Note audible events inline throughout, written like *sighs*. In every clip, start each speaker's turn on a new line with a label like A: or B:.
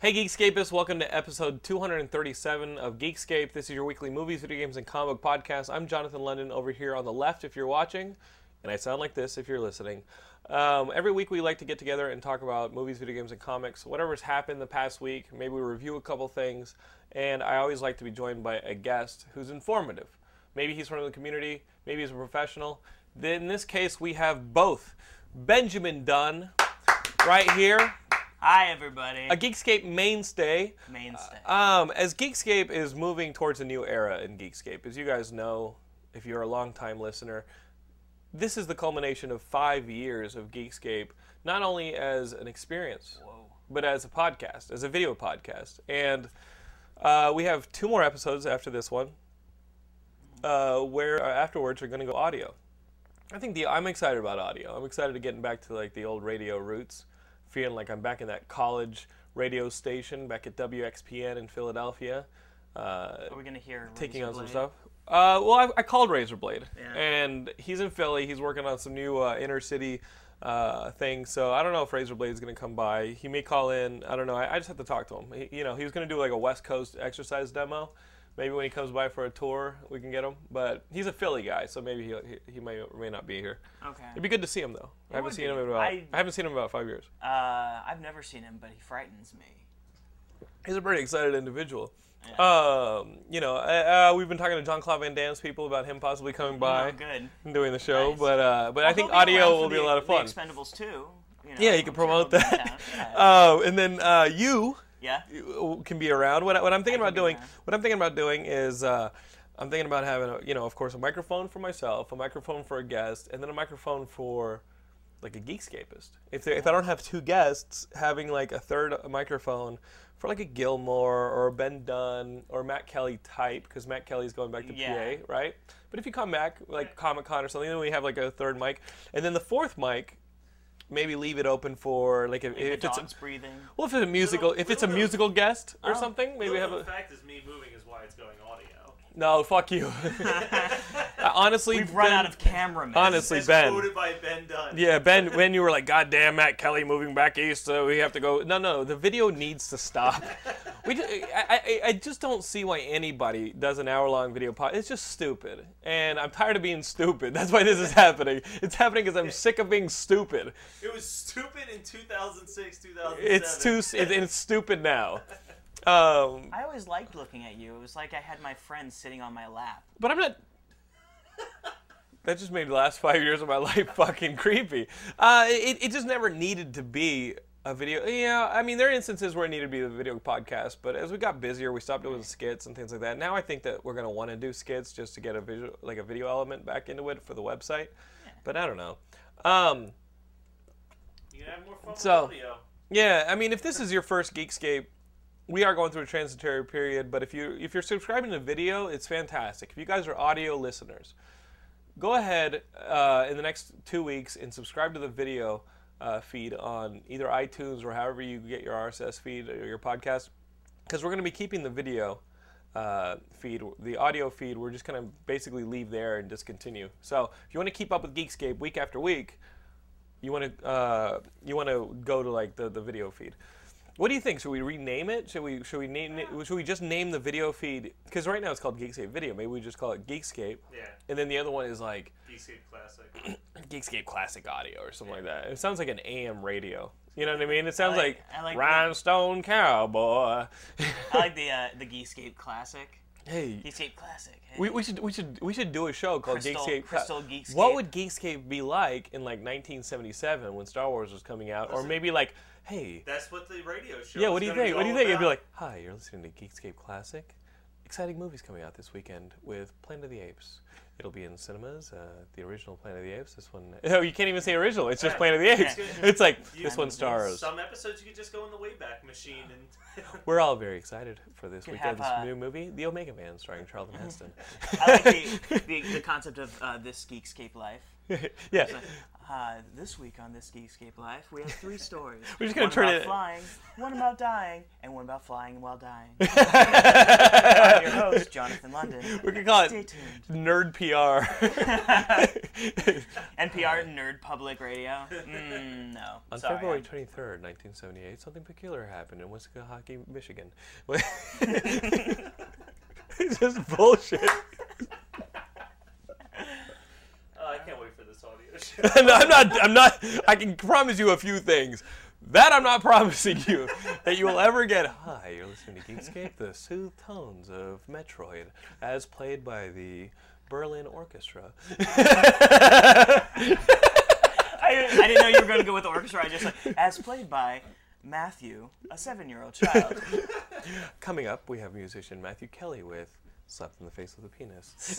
A: Hey Geekscapists, welcome to episode 237 of Geekscape. This is your weekly movies, video games, and comic book podcast. I'm Jonathan London over here on the left if you're watching, and I sound like this if you're listening. Um, every week we like to get together and talk about movies, video games, and comics, whatever's happened the past week. Maybe we review a couple things, and I always like to be joined by a guest who's informative. Maybe he's from the community, maybe he's a professional. In this case, we have both. Benjamin Dunn, right here,
B: Hi, everybody.
A: a Geekscape mainstay.
B: Mainstay.
A: Um, as Geekscape is moving towards a new era in Geekscape, as you guys know, if you're a longtime listener, this is the culmination of five years of Geekscape, not only as an experience, but as a podcast, as a video podcast. And uh, we have two more episodes after this one, uh, where uh, afterwards are going to go audio. I think the I'm excited about audio. I'm excited to getting back to like the old radio roots, feeling like I'm back in that college radio station back at WXPN in Philadelphia, uh,
B: Are we gonna hear
A: taking
B: Razor
A: on some
B: Blade?
A: stuff. Uh, well, I, I called Razorblade,
B: Yeah.
A: and he's in Philly. He's working on some new uh, inner city uh, thing, so I don't know if Razorblade is going to come by. He may call in. I don't know. I, I just have to talk to him. He, you know, he was going to do like a West Coast exercise demo. Maybe when he comes by for a tour, we can get him. But he's a Philly guy, so maybe he he, he may or may not be here. It'd
B: Okay.
A: be good to see him though. I haven't
B: would
A: seen
B: be.
A: him in about I,
B: I-
A: haven't seen him in about five years.
B: Uh, I've never seen him, but he frightens me.
A: He's a pretty excited individual. Um, you know, uh, uh, we've been talking to John Claude Van Damme's people about him possibly coming by
B: Not good.
A: and doing the show,
B: Nice.
A: but uh, but I think
B: He'll be around
A: audio
B: for
A: will be
B: the-
A: a lot of fun.
B: The Expendables too. You know,
A: Yeah, you can
B: I'm sure
A: promote
B: he'll be down.
A: that. *laughs*
B: Yeah.
A: Uh, and then uh, you
B: yeah.
A: you can be around. What, I- what I'm thinking
B: I
A: about
B: can be
A: doing,
B: around.
A: what I'm thinking about doing is, uh, I'm thinking about having, a, you know, of course, a microphone for myself, a microphone for a guest, and then a microphone for, like, a geekscapist. If there, if I don't have two guests, having like a third microphone for like a Gilmore or a Ben Dunn or Matt Kelly type, because Matt Kelly's going back to
B: Yeah.
A: PA, right? But if you come back, like Comic Con or something, then we have like a third mic, and then the fourth mic. Maybe leave it open for like if, if
B: The
A: it's
B: dog's breathing.
A: well, if it's a musical, if it's a musical guest
B: Oh.
A: or something, maybe have
C: The
A: a
C: fact is, me moving is why it's going audio.
A: no. Fuck
B: *laughs*
A: you. Uh, honestly,
B: We've run
A: Ben-
B: out of cameramen.
A: Honestly,
C: As
A: Ben.
C: quoted by Ben Dunn.
A: Yeah, Ben. When you were like, "God damn, Matt Kelly moving back east, so we have to go." No, no, the video needs to stop. We, ju- I, I, I just don't see why anybody does an hour-long video pod. It's just stupid, and I'm tired of being stupid. That's why this is happening. It's happening because I'm sick of being stupid.
C: It was stupid in 2006, 2007.
A: It's too, s- it, it's stupid now. Um,
B: I always liked looking at you. It was like I had my friend sitting on my lap.
A: But I'm not. *laughs* That just made the last five years of my *laughs* life fucking creepy. Uh, it, it just never needed to be a video. Yeah, I mean, there are instances where it needed to be a video podcast, but as we got busier, we stopped doing skits and things like that. Now I think that we're gonna want to do skits just to get a visual, like a video element back into it for the website. But I don't know. Um,
C: You can have more fun
A: So-
C: with audio.
A: yeah, I mean, if this is your first Geekscape, we are going through a transitory period. But if you if you're subscribing to video, it's fantastic. If you guys are audio listeners, go ahead uh, in the next two weeks and subscribe to the video uh, feed on either iTunes or however you get your RSS feed or your podcast, because we're going to be keeping the video uh, feed, the audio feed. We're just going to basically leave there and discontinue. So if you want to keep up with Geekscape week after week, you want to uh, you want to go to like the, the video feed. What do you think? Should we rename it? Should we should we name it, should we just name the video feed? Because right now it's called Geekscape Video. Maybe we just call it Geekscape.
C: Yeah.
A: And then the other one is like
C: DC Classic.
A: *clears throat* Geekscape Classic Audio or something like that. It sounds like an AM radio. You know what I mean? It sounds
B: I
A: like,
B: like- I like that.
A: Rhinestone Cowboy.
B: I like the uh, the Geekscape classic.
A: hey,
B: Geekscape classic. Hey.
A: we, we should we should we should do a show called
B: Crystal-
A: Geekscape. Cla-
B: Crystal Geekscape.
A: What would Geekscape be like in like 1977 when Star Wars was coming out, or maybe like hey.
C: That's what the radio show.
A: Yeah,
C: is
A: what do you
C: gonna
A: think?
C: be
A: What do you
C: all
A: think? It'd be
C: about.
A: like, hi, you're listening to Geekscape Classic. Exciting movies coming out this weekend with Planet of the Apes. It'll be in cinemas. Uh, the original Planet of the Apes. This one. *laughs* Oh, you can't even say original. It's just Planet of the
B: *laughs*
A: Apes. It's like this one stars.
C: Some episodes you could just go in the Wayback Machine
A: *laughs*
C: and. *laughs*
A: We're all very excited for this
B: Could
A: weekend's
B: have, uh,
A: new movie, The Omega Man, starring Charlton Heston.
B: *laughs* I like the, the, the concept of uh, this Geekscape life.
A: *laughs* yeah,
B: Uh, this week on this Geekscape Life, we have
A: *laughs*
B: three stories.
A: We're just gonna
B: one
A: turn
B: about
A: it-
B: flying, one about dying, and one about flying
A: *laughs*
B: while dying. *laughs* I'm your host, Jonathan London.
A: we could call
B: Stay
A: it
B: tuned.
A: Nerd *laughs*
B: *laughs*
A: PR.
B: NPR Nerd Public Radio. Mm, no.
A: On
B: Sorry,
A: February
B: I'm-
A: 23rd, 1978, something peculiar happened in Wissahickey, Michigan. *laughs* it's just bullshit. *laughs*
C: Oh, I can't wait for this
A: *laughs*
C: audio show.
A: And I'm not. I'm not. I can promise you a few things. That I'm not *laughs* promising you that you will ever get. Hi, you're listening to Geekscape, the soothe tones of Metroid, as played by the Berlin Orchestra. *laughs*
B: I, I didn't know you were going to go with orchestra. I just like, as played by Matthew, a seven-year-old child.
A: Coming up, we have musician Matthew Kelly with "Slapped in the Face with a Penis."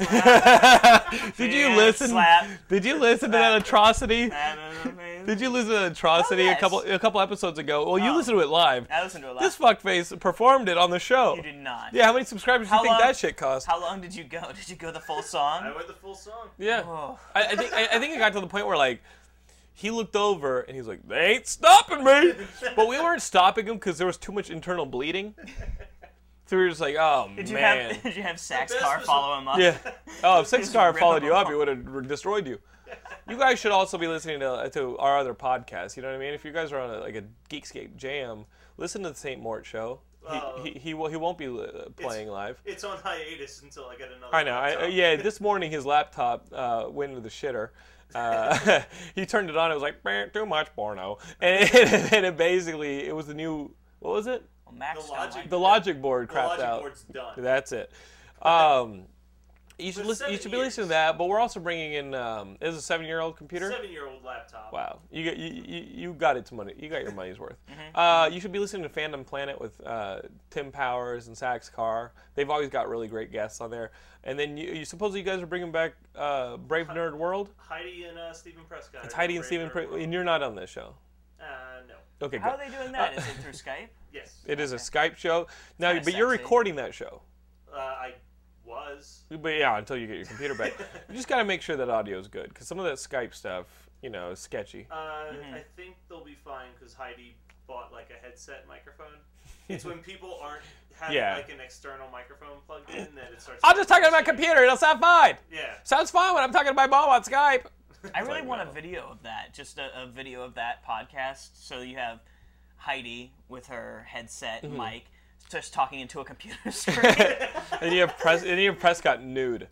A: *laughs* Did you
B: Yeah,
A: listen? *laughs*
B: slap.
A: Did you listen to that atrocity?
B: Did
A: Did you listen to Atrocity
B: Oh, yes.
A: a couple a couple episodes ago? Well, you
B: Oh.
A: listened to it live.
B: I listened to it live.
A: This fuckface performed it on the show.
B: you did not.
A: Yeah, how many subscribers do
B: How
A: you think
B: long-
A: that shit cost?
B: How long did you go? *laughs* Did you go the full
C: I
B: song?
C: went the full song.
A: yeah,
B: Oh.
A: I, I think I, I think it got to the point where like he looked over and he's like, "They ain't stopping
B: *laughs*
A: me," but we weren't stopping him because there was too much internal bleeding. So we were just like, "Oh
B: Did you
A: man."
B: have *laughs* Did you have Sax
C: best
B: Car
C: was-
B: follow him up?
C: *laughs*
A: Yeah. Oh, if Six
B: Just
A: Car
B: rip
A: followed
B: him
A: you up,
B: apart.
A: he would have destroyed you. You guys should also be listening to, uh, to our other podcast. You know what I mean? If you guys are on a, like a Geekscape jam, listen to the St. Mort show. He,
C: Oh.
A: he, he, will, he won't be uh, playing live.
C: It's on hiatus until I get another.
A: I know. I, uh,
C: laptop.
A: yeah, this morning his laptop uh, went into the shitter. Uh, *laughs* he turned it on. It was like "Bah, too much porno, and *laughs* it, and it basically it was the new what was it?
B: Well, Max
C: The
B: don't
C: logic-
B: like
A: The logic board
C: The
A: crapped
C: logic
A: out.
C: board's done.
A: That's it. Um, you should
C: For
A: listen. You
C: seven
A: should be listening
C: years.
A: to that. But we're also bringing in. Um, this is a seven-year-old computer.
C: Seven-year-old laptop.
A: Wow, you got you, you, you got its money. You got your money's
C: *laughs*
A: worth.
C: Mm-hmm.
A: Uh, you should be listening to Fandom Planet with uh, Tim Powers and Sax Carr. They've always got really great guests on there. And then you, you supposedly you guys are bringing back uh, Brave Nerd World.
C: Heidi and uh, Stephen Prescott.
A: It's Heidi and Steven, Pre- and you're not on this show.
C: Uh, no.
A: Okay,
B: How
A: good.
B: are they doing that? Is it through Skype?
C: Yes.
A: It is a Skype show now, but
B: kinda
A: you're
B: sexy.
A: recording that show.
C: Uh, I was.
A: But yeah, until you get your computer *laughs* back, you just got to make sure that audio is good because some of that Skype stuff, you know, is sketchy.
C: Uh,
A: Mm-hmm.
C: I think they'll be fine because Heidi bought like a headset microphone.
A: *laughs*
C: It's when people aren't having
A: Yeah.
C: like an external microphone plugged in that it starts.
A: I'm just talking to my computer. It'll sound fine.
C: Yeah.
A: Sounds fine when I'm talking to my mom on Skype.
B: I really want
A: no.
B: a video of that. Just a, a video of that podcast. So you have Heidi with her headset
A: Mm-hmm.
B: and mic, just talking into
A: *laughs*
B: a computer *laughs* screen.
A: And you have Pres- and you have Prescott nude.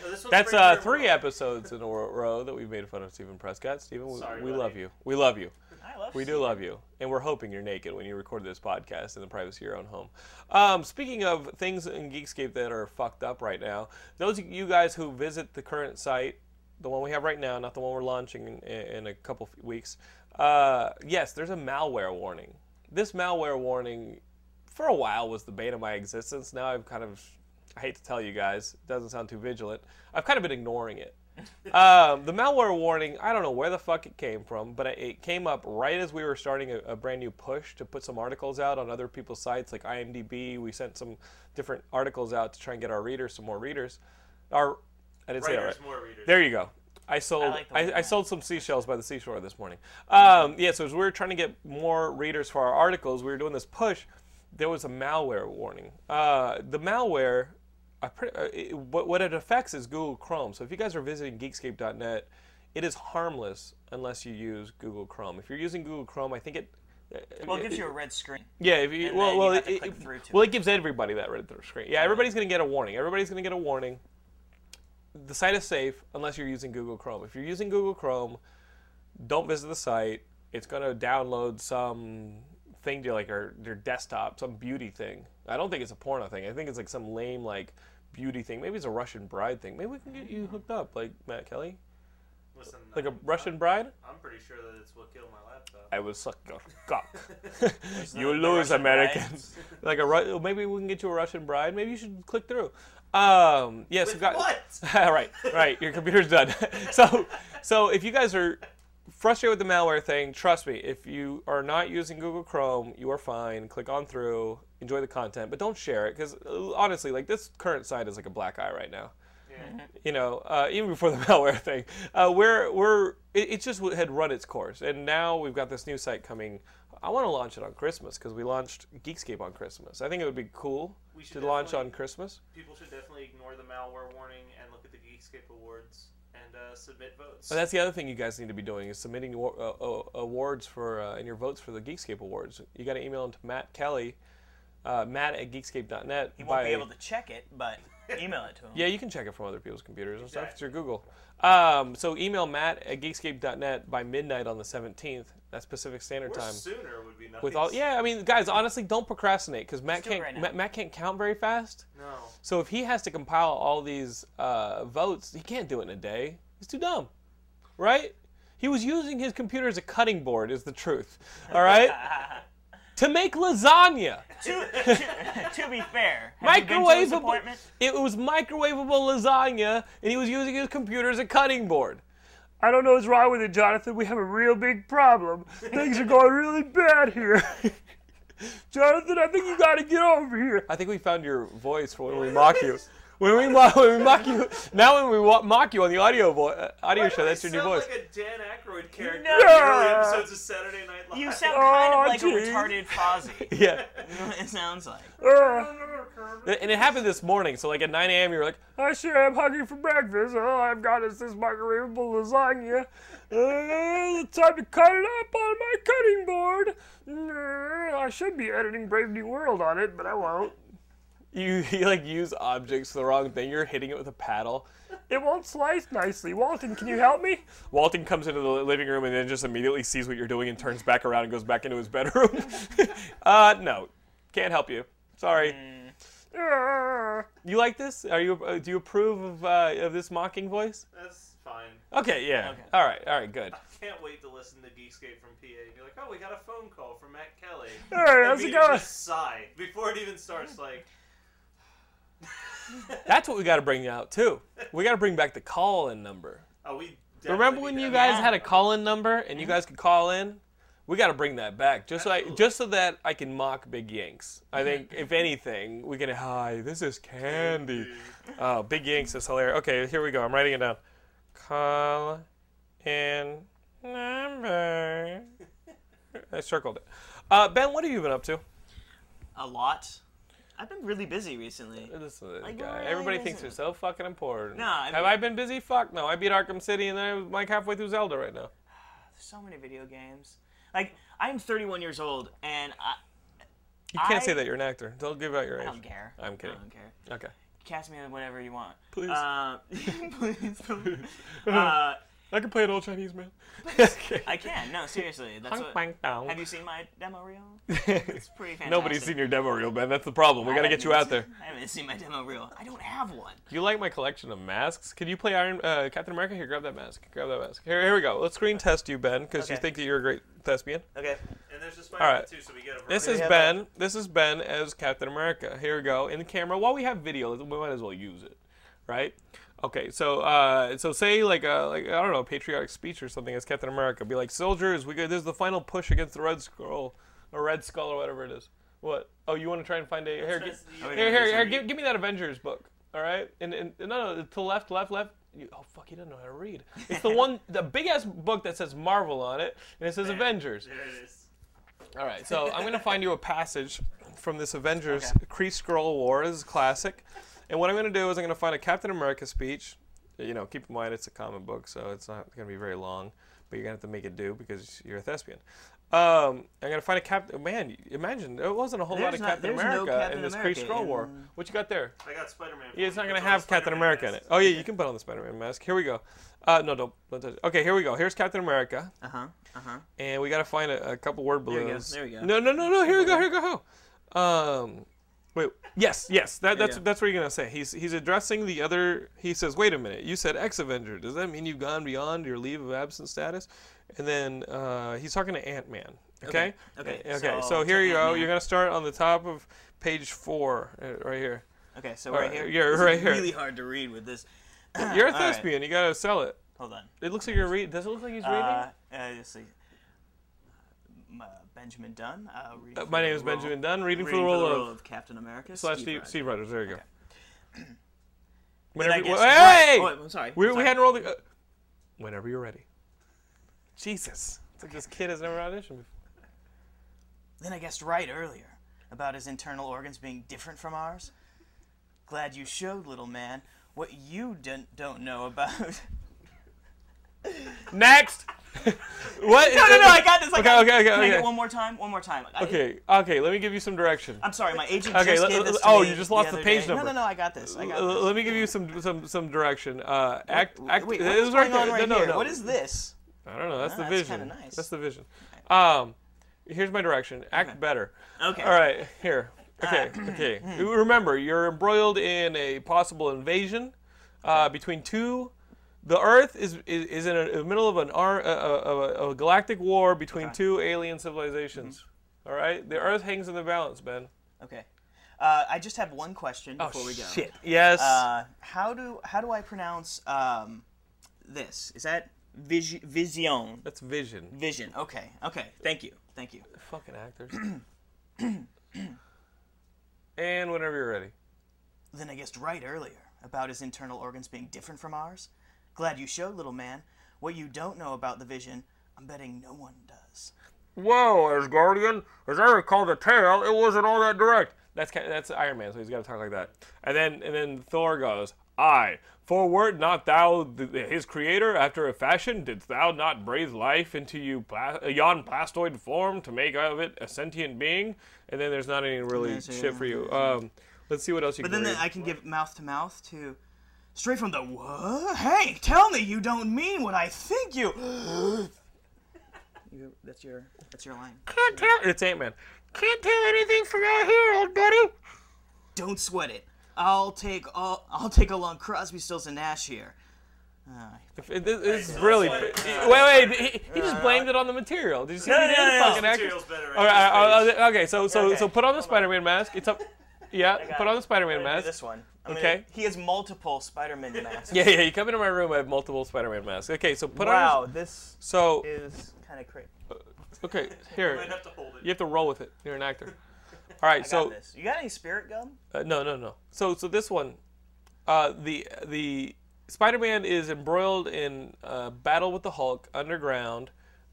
C: No, this one's
A: That's
C: pretty
A: uh,
C: fair.
A: three episodes in a ro- row that we've made fun of Stephen Prescott. Stephen, we,
C: Sorry,
A: we
C: buddy.
A: love you. We love you.
B: I love
A: We do love you, and we're hoping you're naked when you record this podcast in the privacy of your own home. Um, speaking of things in Geekscape that are fucked up right now, those of you guys who visit the current site, the one we have right now, not the one we're launching in, in a couple f- weeks, uh, yes, there's a malware warning. This malware warning, for a while, was the bane of my existence. Now I've kind of, I hate to tell you guys, it doesn't sound too vigilant. I've kind of been ignoring it um, the malware warning, I don't know where the fuck it came from, but it- it came up right as we were starting a, a brand new push to put some articles out on other people's sites like IMDb. We sent some different articles out to try and get our readers some more readers. Our, I didn't say that
C: Writers,
A: right.
C: more readers.
A: There you go. I sold I,
B: like the
A: I,
B: word.
A: sold some seashells by the seashore this morning. Um, yeah, so as we were trying to get more readers for our articles, we were doing this push. There was a malware warning. Uh, the malware, I pre- uh, it, what, what it affects is Google Chrome. So if you guys are visiting Geekscape.net, it is harmless unless you use Google Chrome. If you're using Google Chrome, I think it.
B: Well, it gives you a red screen.
A: Yeah, if you,
B: And
A: well,
B: then you
A: well,
B: have to
A: it,
B: click
A: it-
B: through to
A: well,
B: it.
A: it gives everybody that red through screen. Yeah, everybody's gonna get a warning. Everybody's gonna get a warning. The site is safe unless you're using Google Chrome. If you're using Google Chrome, don't visit the site. It's gonna download some thing to like your your desktop, some beauty thing. I don't think it's a porno thing. I think it's like some lame like beauty thing. Maybe it's a Russian bride thing. Maybe we can get you hooked up, like Matt Kelly.
C: Listen,
A: Like a
C: I'm-
A: Russian bride?
C: I'm pretty sure that it's what killed my laptop.
A: I will suck your cock. you *laughs*
B: the
A: lose,
B: Russian bride?
A: Americans. *laughs* like a Ru- maybe we can get you a Russian bride. Maybe you should click through. Um, yes,
C: With
A: got
C: what?
A: *laughs* right, right. Your computer's done. *laughs* so, so if you guys are frustrated with the malware thing, trust me. If you are not using Google Chrome, you are fine. Click on through, enjoy the content, but don't share it because honestly, like this current site is like a black eye right now you know, uh, even before the *laughs* malware thing, uh, we're, we're it, it just had run its course, and now we've got this new site coming. I want to launch it on Christmas because we launched Geekscape on Christmas. I think it would be cool
C: We should
A: to launch
C: definitely-
A: on Christmas.
C: People should definitely ignore the malware warning and look at the Geekscape awards and uh, submit votes.
A: But that's the other thing you guys need to be doing is submitting wa- uh, uh, awards for uh, and your votes for the Geekscape awards. You got to email them to Matt Kelly, uh, Matt at Geekscape.net.
B: You won't be able to check it, but email it to him.
A: Yeah, you can check it from other people's computers and stuff. It's
C: Exactly.
A: your Google. Um, so email Matt at geekscape.net by midnight on the 17th. That's Pacific Standard
C: or
A: Time.
C: sooner would be nice.
A: With all, yeah, I mean, guys, honestly, don't procrastinate because Matt
B: do it
A: can't
B: right now.
A: Matt, Matt can't count very fast.
C: No.
A: So if he has to compile all these uh, votes, he can't do it in a day. He's too dumb, right? He was using his computer as a cutting board, is the truth. All
B: *laughs*
A: right, to make lasagna.
B: to, to, to be fair, have you been to his
A: Microwavable.
B: appointment?
A: It was microwavable lasagna, and he was using his computer as a cutting board. I don't know what's wrong with it, Jonathan. We have a real big problem. Things are going really bad here. *laughs* Jonathan, I think you got to get over here. I think we found your voice for when we mock you. When we, mo- when we mock you, now when we wa- mock you on the audio vo- uh, audio
C: Why do
A: show,
C: I
A: that's your new
C: sound
A: voice.
C: like a Dan Aykroyd character
B: know-
C: in the early
A: Yeah.
C: episodes of Saturday Night Live.
B: You sound kind
A: Oh,
B: of like
A: geez.
B: a retarded Fozzie. *laughs*
A: yeah.
B: it sounds like.
A: Uh, and it happened this morning, so like at 9 a.m. you're like, I sure am hungry for breakfast. All I've got is this margaritable lasagna. Uh, it's time to cut it up on my cutting board. Uh, I should be editing Brave New World on it, but I won't. You, *laughs* you like use objects for the wrong thing. You're hitting it with a paddle. It won't slice nicely. Walton, can you help me? Walton comes into the living room and then just immediately sees what you're doing and turns back around and goes back into his bedroom. *laughs* uh, no, can't help you. Sorry. You like this? Are you? Uh, do you approve of uh, of this mocking voice?
C: That's fine.
A: Okay, yeah.
B: Okay.
A: All right, all right, good.
C: Can't wait to listen to Geekscape from PA and be like, oh, we got a phone call from Matt Kelly.
A: All right,
C: And
A: how's
C: me
A: it going?
C: Just sigh before it even starts. Like,
A: That's what we got to bring out too. We got to bring back the call-in number.
C: oh, we.
A: Remember
C: definitely
A: when
C: need
A: you
C: to-
A: guys had a call-in number and you guys could call in? We got to bring that back just so I, just so that I can mock Big Yanks. I think if anything, we can. Hi, this is Candy. Oh, Big Yanks is hilarious. Okay, here we go. I'm writing it down. Call in number. I circled it. Uh, ben, what have you been up to?
B: A lot. I've been really busy recently.
A: Listen to this uh,
B: Like,
A: guy.
B: really
A: Everybody thinks
B: busy.
A: they're so fucking important.
B: No, I
A: have
B: mean-
A: I been busy? Fuck no. I beat Arkham City and then I was like halfway through Zelda right now.
B: So many video games. Like, I'm 31 years old, and I,
A: You can't
B: I-
A: say that you're an actor. Don't give out your
B: I
A: age.
B: don't care.
A: I'm kidding.
B: I don't care.
A: Okay.
B: Cast me in whatever you want.
A: Please.
B: Uh, *laughs*
A: *laughs*
B: please. don't. uh,
A: I can play an old Chinese man. *laughs*
B: I can. No, seriously. That's
A: Honk,
B: what,
A: bonk, dong.
B: have you seen my demo reel?
A: *laughs*
B: It's pretty fantastic.
A: Nobody's seen your demo reel, Ben. That's the problem. We
B: I
A: gotta
B: haven't
A: get you out
B: seen-
A: there.
B: I haven't seen my demo reel. I don't have one.
A: Do you like my collection of masks? Can you play Iron uh, Captain America? Here, grab that mask. Grab that mask. Here, here we go. Let's screen test you, Ben, because you
B: Okay.
A: think that you're a great thespian.
B: Okay.
C: And there's just
A: All right.
C: Spider-Man too, so we get a.
A: This
C: variety.
A: is
B: have
A: Ben. This is Ben as Captain America. Here we go in the camera. While we have video, we might as well use it, right? Okay, so uh, so say like a like I don't know a patriotic speech or something as Captain America. Be like, soldiers, we go. This is the final push against the Red Skull, or Red Skull, or whatever it is. What? Oh, you want to try and find a here?
C: That's
A: gi-
C: the-
A: here, here, here, Give, give me that Avengers book. All right, and, and and no, no, to left, left, left. You, oh fuck, he doesn't know how to read. It's the one, the big ass book that says Marvel on it, and it says Avengers.
C: There it is.
A: All right, so I'm gonna find you a passage from this Avengers Kree Scroll War. This is classic, and what I'm gonna do is I'm gonna find a Captain America speech. You know, keep in mind it's a comic book, so it's not gonna be very long, but you're gonna have to make it do because you're a thespian. Um, I'm gonna find a Captain. Man, imagine there wasn't a whole lot
B: There's
A: of
B: not-
A: Captain
B: there's no
A: America
B: Captain
A: in this Kree
B: America
A: Scroll War.
B: in-
A: What you got there?
C: I got Spider-Man.
A: Yeah, it's not
C: for you.
A: gonna
C: Put on
A: have Captain
C: Spider-Man
A: America in it.
C: mask.
A: Oh yeah, you can put on the Spider-Man mask. Here we go. Uh, no, don't, don't touch it. Okay, here we go. Here's Captain America.
B: Uh huh. Uh huh.
A: And we gotta find a, a couple word
B: we go,
A: balloons.
B: there we go.
A: No, no, no, no. Here we go. Here we go. Um, Wait. Yes, yes. That, that's
B: yeah.
A: that's what you're gonna say. He's he's addressing the other. He says, "Wait a minute. You said ex Avenger. Does that mean you've gone beyond your leave of absence status?" And then uh, he's talking to Ant Man. Okay.
B: Okay,
A: Okay.
B: so-
A: So,
B: so
A: here you go.
B: Ant-Man.
A: You're gonna start on the top of page four, uh, right
B: *clears throat*
A: here.
B: Okay, so right
A: Uh,
B: here.
A: yeah,
B: This is
A: right here.
B: Really hard to read with this.
A: You're a
B: All right.
A: thespian. You gotta sell it.
B: Hold on.
A: It looks like you're reading. Does it look like he's reading?
B: Uh, uh, let's see. Um, Uh, Benjamin Dunn. Uh, reading
A: Uh,
B: for
A: my
B: the
A: name is
B: role-
A: Benjamin Dunn, reading, for
B: Reading
A: the role
B: role
A: of
B: of Captain America.
A: slash
B: Steve
A: Steve,
B: Rogers.
A: Steve Rogers. There you go.
B: Did I
A: *clears throat* Whenever,
B: guess
A: hey!
B: right? Oh, I'm sorry.
A: We,
B: I'm
A: we
B: sorry.
A: hadn't rolled. The, uh, whenever you're ready. Jesus, it's like this kid has never auditioned. before.
B: Then I guessed right earlier about his internal organs being different from ours. Glad you showed, little man, what you don't don't know about. *laughs*
A: Next. *laughs* what?
B: no, no, no! I got this. I
A: okay,
B: got this.
A: okay, okay,
B: Can I
A: okay.
B: get one more time? One more time. I-
A: Okay, okay. Let me give you some direction.
B: I'm sorry, my agent
A: Okay,
B: just
A: let-
B: gave this
A: let-
B: to
A: oh,
B: me
A: you just lost the
B: other
A: page
B: day.
A: number.
B: No, no, no, I got this. I got
A: L-
B: this.
A: let me give you some some some direction. Uh, act act.
B: Wait,
A: this
B: what's
A: is
B: going
A: there.
B: on right
A: no, no,
B: here?
A: no.
B: What is this?
A: I don't know. That's
B: Ah,
A: the
B: that's
A: vision.
B: kinda nice.
A: That's the vision. Um, here's my direction. Act better.
B: Okay. Ah.
A: All right. Here. Okay. okay.
B: *clears throat*
A: You Remember, you're embroiled in a possible invasion uh, between two. The Earth is is, is in a- the middle of an ar- uh, uh, of a, of a galactic war between two alien civilizations.
B: Mm-hmm.
A: All right. The Earth hangs in the balance, Ben.
B: Okay. Uh, I just have one question before we go.
A: Shit. Yes.
B: Uh, how do how do I pronounce um, this? Is that vis- vision?
A: That's vision.
B: Vision. Okay. Okay. Thank you. Thank you.
A: Fucking
B: *clears throat*
A: actors. and whenever you're ready.
B: Then I guessed right earlier about his internal organs being different from ours. Glad you showed, little man. What you don't know about the vision, I'm betting no one does.
A: Whoa, as Guardian, as I recall the tale, it wasn't all that direct. That's ki- that's Iron Man, so he's got to talk like that. And then and then Thor goes, "I, for wert not thou th- his creator? After a fashion, didst thou not breathe life into you pla- yon plastoid form to make of it a sentient being?" And then there's not any really shit for you. Um, let's see what else you
B: But
A: can
B: then
A: read.
B: I can give mouth to mouth to. Straight from the what? Hank, tell me you don't mean what I think you. *gasps* you that's your that's your line.
A: can't tell. It's Ant Man. Can't tell anything from out here, old buddy.
B: Don't sweat it. I'll take all. I'll take along Crosby, Stills, and Nash here.
A: It- it- It's brilliant. Wait, wait. He, he just blamed it on the material. Did you see
B: No,
A: what he
B: no,
A: did?
B: no, no.
A: Fucking actor. *laughs*
C: Material's better.
A: All right,
C: I
A: all right, all right, okay. So, so,
B: Okay.
A: so put on the Spider-Man mask. It's
B: *laughs*
A: up. Yeah, put on the Spider-Man mask.
B: This one. I'm
A: Okay.
B: gonna- he has multiple Spider-Man masks.
A: *laughs* Yeah, yeah. You come into my room. I have multiple Spider-Man masks. Okay, so put on.
B: Wow,
A: This,
B: this
A: so,
B: is kind of crazy.
A: okay, here.
C: might have to hold it.
A: You have to roll with it. You're an actor. All right, so
B: So, got this. You got any spirit gum?
A: Uh, no, no, no. So, so this one, uh, the the Spider-Man is embroiled in a battle with the Hulk underground.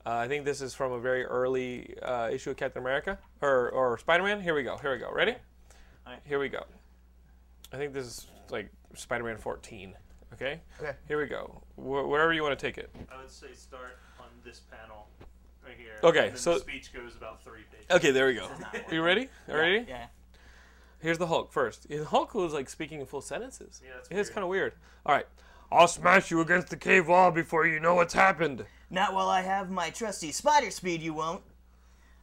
A: Uh, I think this is from a very early uh, issue of Captain America or or Spider-Man. Here we go. Here we go. Ready? Here we go. I think this is like Spider-Man 14. Okay. Okay. Here we go. Wh- wherever you want to take it.
C: I would say start on this panel right here.
A: Okay,
C: and then
A: so-
C: the speech goes about three pages.
A: Okay. There we go. you ready? Are you ready?
B: Yeah.
A: Here's the Hulk first. The Hulk was like speaking in full sentences. Yeah,
C: that's
A: It's
C: weird.
A: kind of weird. All right. I'll smash you against the cave wall before you know what's happened.
B: Not while I have my trusty spider speed, you won't.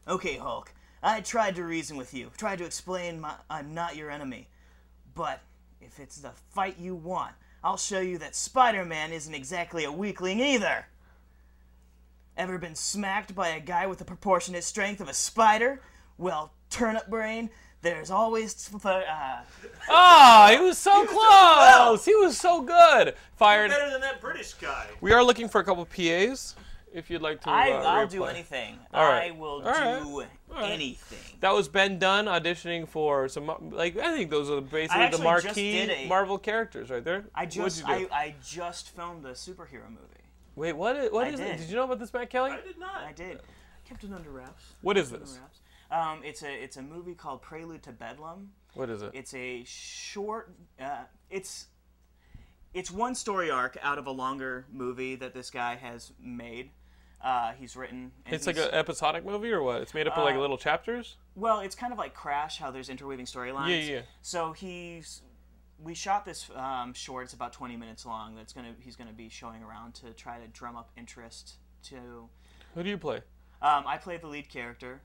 B: Okay, Hulk. I tried to reason with you, tried to explain my, I'm not your enemy. But if it's the fight you want, I'll show you that Spider Man isn't exactly a weakling either. Ever been smacked by a guy with the proportionate strength of a spider? Well, turnip brain, there's always. Uh,
A: Ah, he was so close. He was so good. Fired.
C: Better than that British guy.
A: We are looking for a couple PAs. If you'd like to,
B: I,
A: uh,
B: I'll do
A: reapply.
B: anything.
A: right.
B: I
A: All
B: will
A: right.
B: do anything.
A: That was Ben Dunn auditioning for some. Like I think those are basically the
B: actually just did
A: marquee
B: a-
A: Marvel characters right there.
B: I
A: What'd you
B: just
A: do?
B: I, I just filmed a superhero movie.
A: wait. What? i- What
B: I
A: is it?
B: did.
A: Did you know about this, Matt Kelly?
C: I did not.
B: I did. I kept it under wraps.
A: What is
B: Under
A: this?
B: wraps. Um, it's a it's a movie called Prelude to Bedlam.
A: What is it?
B: It's a short. Uh, it's it's one story arc out of a longer movie that this guy has made. Uh, he's written. And
A: It's like
B: he's-
A: an episodic movie or what? It's made up of
B: Uh,
A: like little chapters.
B: Well, it's kind of like Crash, how there's interweaving storylines.
A: Yeah, yeah.
B: So he's, we shot this um, short. It's about 20 minutes long. That's gonna he's gonna be showing around to try to drum up interest. To,
A: Who do you play?
B: um, I play the lead character.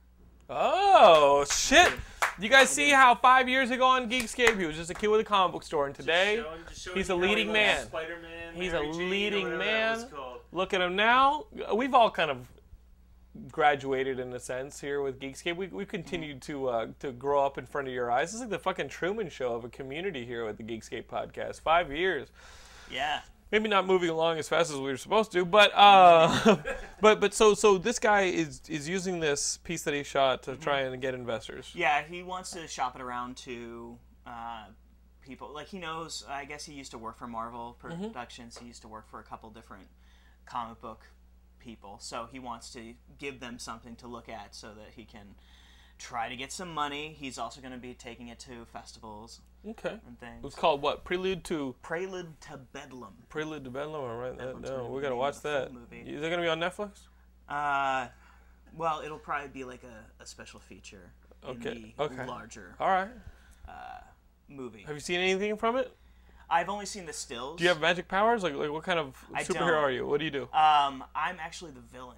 A: Oh shit! You guys see how five years ago on Geekscape, he was just a kid with a comic book store, and today
C: Showing- just showing
A: he's
C: you
A: a
C: how he
A: leading
C: loves
A: man.
C: Spider-Man,
A: He's a
C: Mary Jane, or
A: leading
C: whatever that was
A: man.
C: called.
A: Look at him now. We've all kind of graduated in a sense here with Geekscape. We we continued to uh, to grow up in front of your eyes. It's like the fucking Truman Show of a community here with the Geekscape podcast. Five years
B: Yeah.
A: maybe not moving along as fast as we were supposed to, but uh,
C: *laughs*
A: *laughs* but but so so this guy is is using this piece that he shot to try
C: Mm-hmm.
A: and get investors.
B: Yeah, he wants to shop it around to uh, people. Like he knows, I guess he used to work for Marvel
A: Mm-hmm.
B: Productions. He used to work for a couple different comic book people. So he wants to give them something to look at so that he can try to get some money. He's also going to be taking it to festivals
A: Okay.
B: and
A: It's
B: things.
A: called what? Prelude to
B: Prelude to Bedlam.
A: Prelude to Bedlam. All right, that
B: Bedlam's
A: down.
B: gonna
A: We
B: be
A: gotta
B: the
A: watch
B: full
A: that.
B: movie.
A: Is that gonna be on Netflix?
B: Uh, well, it'll probably be like a, a special feature
A: Okay,
B: in the
A: okay.
B: larger
A: All right.
B: movie.
A: Have you seen anything from it?
B: I've only seen the stills.
A: Do you have magic powers? Like like what kind of
B: I don't.
A: superhero are you? What do you do?
B: Um, I'm actually the villain.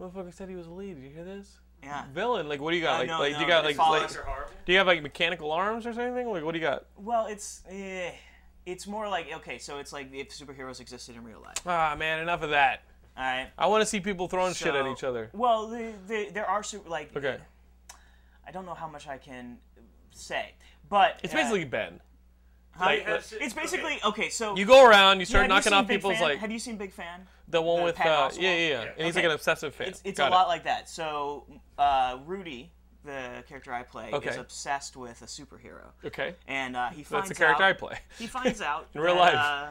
A: Motherfucker said he was a lead. Did you hear this?
B: Yeah.
A: Villain. Like what do you got?
B: I
A: Like
B: know,
A: like do you
B: no,
A: got
B: it
A: like,
B: follows
A: like
C: Mr. Horrible.
A: do you have like mechanical arms or something? Like what do you got?
B: Well, it's eh, it's more like okay, so it's like if superheroes existed in real life. All
A: Ah man, enough of that.
B: right.
A: I want to see people throwing shit at
B: So-
A: each other.
B: Well, the, the, there are super like
A: Okay.
B: I don't know how much I can say, but uh,
A: It's basically Ben.
C: They have shit-
B: it's basically
C: okay.
B: okay. So
A: You go around, you
B: Yeah,
A: start
B: have you
A: knocking
B: seen
A: off
B: Big
A: people's
B: Fan?
A: like
B: Have you seen Big Fan?
A: the one
B: the
A: with
B: Pat
A: uh,
B: Oswalt?
A: yeah, yeah, yeah, and he's like an
B: Okay.
A: obsessive fan.
B: It's, it's a
A: Got
B: lot
A: it.
B: like that. So uh, Rudy, the character I play,
A: Okay.
B: is obsessed with a superhero.
A: Okay.
B: and uh, he finds
A: That's the character
B: out,
A: I play.
B: He
A: *laughs*
B: finds out
A: In real life.
B: that, uh,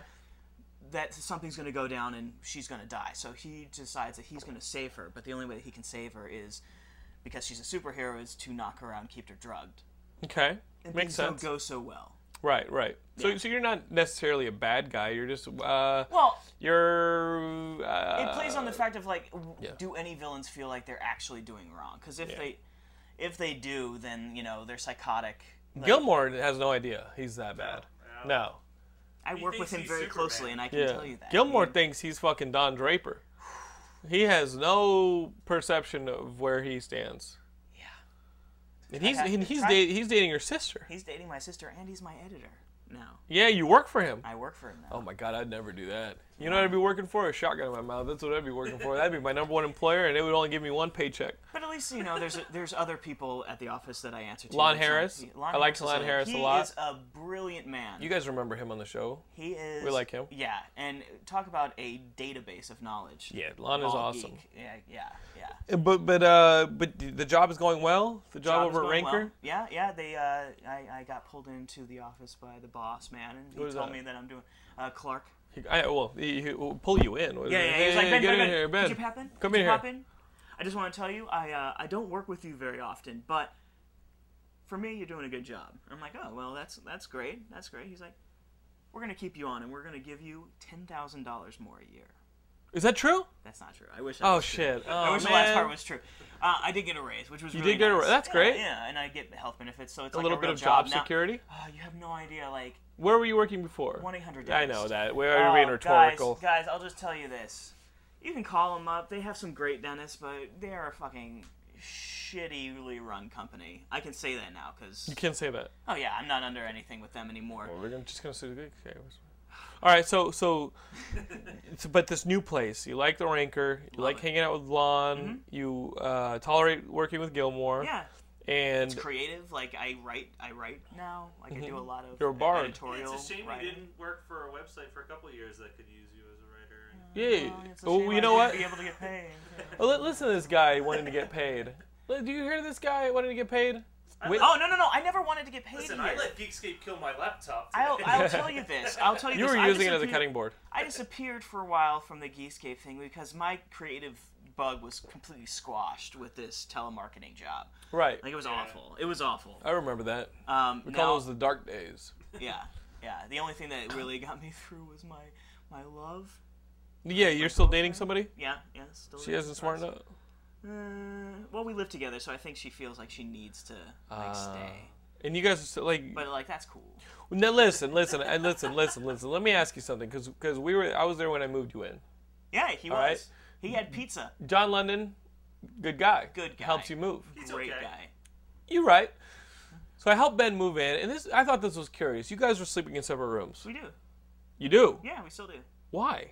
B: that something's going to go down and she's going to die. So he decides that he's going to save her, but the only way that he can save her is because she's a superhero is to knock her out and keep her drugged.
A: Okay.
B: And
A: Makes
B: things
A: sense.
B: Don't go so well.
A: right, right. So, so you're not necessarily a bad guy. You're just uh,
B: Well,
A: you're. Uh,
B: it plays on the fact of like, w do any villains feel like they're actually doing wrong? Because if they, if they do, then you know they're psychotic. Like,
A: Gilmore has no idea he's that bad. No.
B: I work
C: thinks
B: with him
C: he's
B: very
C: Superman.
B: closely, and I can
A: Yeah.
B: tell you that
A: Gilmore
B: He-
A: thinks he's fucking Don Draper. He has no perception of where he stands.
B: Yeah.
A: And he's
B: have
A: and
B: to
A: he's,
B: try-
A: da- he's dating your sister.
B: he's dating my sister, and he's my editor now.
A: Yeah, you work for him.
B: I work for him now.
A: Oh my god, I'd never do that. You know what I'd be working for? A shotgun in my mouth. That's what I'd be working for. That'd be my number one employer, and it would only give me one paycheck.
B: But at least you know there's there's other people at the office that I answer to.
A: Lon
B: It's not-
A: Harris. I like
B: is
A: Lon Harris a
B: he
A: lot.
B: He is a brilliant man.
A: You guys remember him on the show?
B: he is.
A: we like him.
B: Yeah, and talk about a database of knowledge.
A: Yeah, Lon is
B: All
A: awesome.
B: geek. Yeah, yeah, yeah.
A: But but uh, but the job is going well. The job,
B: Job is
A: over at
B: going
A: Ranker.
B: well. Yeah, yeah. They, uh, I, I got pulled into the office by the boss man, and he
A: is
B: told
A: that?
B: me that I'm doing uh, Clark.
A: He, I, well, he, he will pull you in.
B: Yeah, yeah. He was like, Ben,
A: get
B: Ben,
A: in
B: ben,
A: here, Ben.
B: could you pop in?
A: Come
B: could
A: in
B: you
A: here.
B: Pop in? I just want to tell you, I, uh, I don't work with you very often, but for me, you're doing a good job. I'm like, oh well, that's that's great, that's great. He's like, we're gonna keep you on, and we're gonna give you ten thousand dollars more a year.
A: Is that true?
B: That's not true. I wish. That
A: Oh
B: was true.
A: shit! Oh,
B: I wish
A: man.
B: the last part was true. Uh, I did get a raise, which was you really
A: did get a
B: nice.
A: ra- that's
B: Yeah,
A: great.
B: Yeah, and I get health benefits, so it's
A: a little bit of job,
B: job, now.
A: security.
B: Oh, you have no idea, like
A: Where were you working before?
B: one eight hundred.
A: I know that. We're being
B: Oh,
A: rhetorical.
B: Guys, guys, I'll just tell you this. You can call them up. They have some great dentists, but they're a fucking shittily run company. I can say that now because
A: You can't say that. Oh,
B: oh yeah, I'm not under anything with them anymore.
A: We're gonna, just gonna sue the okay. All right, so so, so- but this new place, you like the ranker, you like
B: it. Mm-hmm.
A: hanging out with Lon, you uh, tolerate working with Gilmore,
B: Yeah,
A: and
B: creative. Like I write, I write now. Like I do a lot of
A: You're a bard.
B: editorial
C: It's a shame
B: writing.
C: you didn't work for a website for a couple of years that could use you as a writer. and-
A: yeah,
B: Well, it's a
A: oh, you
B: shame I
A: know
B: didn't
A: what?
B: Be able to get paid.
A: Oh, li- listen to this guy wanting to get paid. *laughs* Li- Do you hear this guy wanting to get paid? Wait,
B: Oh no no no! I never wanted to get paid.
C: Listen,
B: here.
C: I let Geekscape kill my laptop. Today.
B: I'll, I'll
C: *laughs*
B: tell you this. I'll tell you.
A: you
B: this.
A: were
B: I
A: using it as a
B: disappeared-
A: cutting board.
B: I disappeared for a while from the Geekscape thing because my creative bug was completely squashed with this telemarketing job.
A: Right.
B: Like it was awful. It was awful.
A: I remember that.
B: Um,
A: We
B: now-
A: call those the dark days.
B: yeah, yeah. The only thing that really got me *laughs* through was my my love.
A: Yeah, you're still dating somebody?
B: Yeah, yeah. Still
A: She hasn't smartened up.
B: Uh, well, we live together, so I think she feels like she needs to
A: Uh,
B: like stay.
A: And you guys are still, like
B: But like that's cool.
A: now listen, listen, and listen, listen, listen. Let me ask you something cuz cuz we were I was there when I moved you in.
B: Yeah, he was.
A: right.
B: He had pizza.
A: John London, good guy.
B: Good guy.
A: Helps you move.
B: Great
C: okay.
B: guy.
A: You're right. So I helped Ben move in, and this I thought this was curious. You guys were sleeping in separate rooms.
B: We do.
A: You do?
B: Yeah, we still do.
A: Why?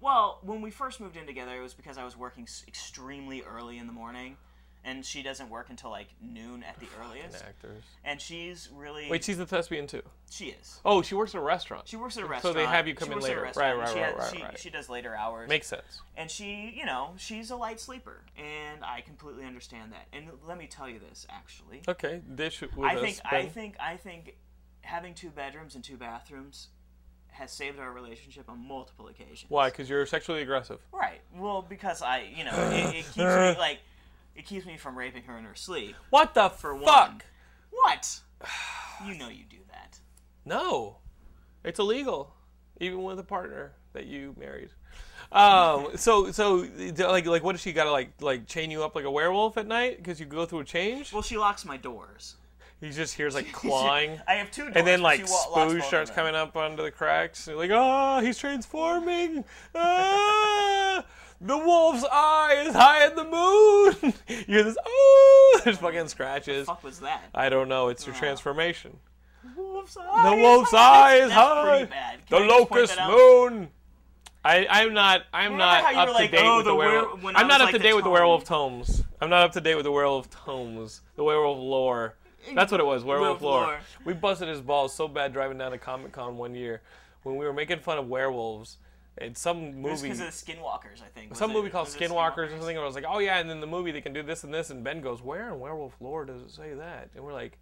B: Well, when we first moved in together, it was because I was working s- extremely early in the morning, and she doesn't work until like noon at the earliest.
A: Actors.
B: And she's really
A: Wait, she's a thespian too.
B: she is.
A: Oh, she works at a restaurant.
B: She works at a
A: So
B: restaurant.
A: they have you come
B: she
A: in
B: works at a
A: later. Right,
B: restaurant, and
A: right,
B: she
A: right,
B: has-
A: right, right.
B: She, she does later hours.
A: Makes sense.
B: and she, you know, she's a light sleeper, and I completely understand that. And let me tell you this, actually,
A: Okay, dish with
B: I
A: us.
B: think, I
A: Ben.
B: think, I think, having two bedrooms and two bathrooms has saved our relationship on multiple occasions.
A: Why? Because you're sexually aggressive.
B: Right. Well, because I, you know, it,
A: *sighs*
B: it keeps me like, it keeps me from raping her in her sleep.
A: What the
B: For
A: fuck? *sighs*
B: one. What? You know you do that.
A: No, it's illegal, even with a partner that you married. Um,
B: *laughs*
A: so so like like what does she gotta like like chain you up like a werewolf at night because you go through a change?
B: Well, she locks my doors. *laughs*
A: He just hears like clawing.
B: I have two doors.
A: And then
B: but she
A: like
B: wa- locks
A: spoo
B: both of
A: starts
B: them.
A: coming up onto the cracks. And you're like, ah, he's transforming. Ah, the wolf's eye is high in the moon. *laughs* you hear this? Oh, *laughs* there's fucking scratches.
B: Fuck was that?
A: I don't know. It's your transformation.
B: wolf's
A: The
B: eye.
A: wolf's eye
B: That's-
A: is
B: that's
A: high.
B: pretty bad. Can
A: the
B: I just point
A: locust
B: that out?
A: moon. I, I'm not. I'm
B: Remember how
A: not
B: you were
A: up to
B: like,
A: date
B: "Oh,
A: with
B: the
A: the,
B: were-
A: werewolf.
B: when I
A: I'm not
B: was
A: up
B: like
A: to
B: the
A: date with the
B: tome."
A: werewolf tomes. I'm not up to date with the werewolf tomes. The werewolf lore. That's what it was. Werewolf
B: Werewolf
A: lore.
B: lore.
A: We busted his balls so bad driving down to Comic Con one year when we were making fun of werewolves. It's some
B: It was
A: movie.
B: because of the Skinwalkers, I think. Was
A: Some
B: it-
A: movie called
B: was it
A: Skinwalkers or something, and I was like, oh yeah, and then the movie they can do this and this, and Ben goes, where in werewolf lore does it say that? And we're like,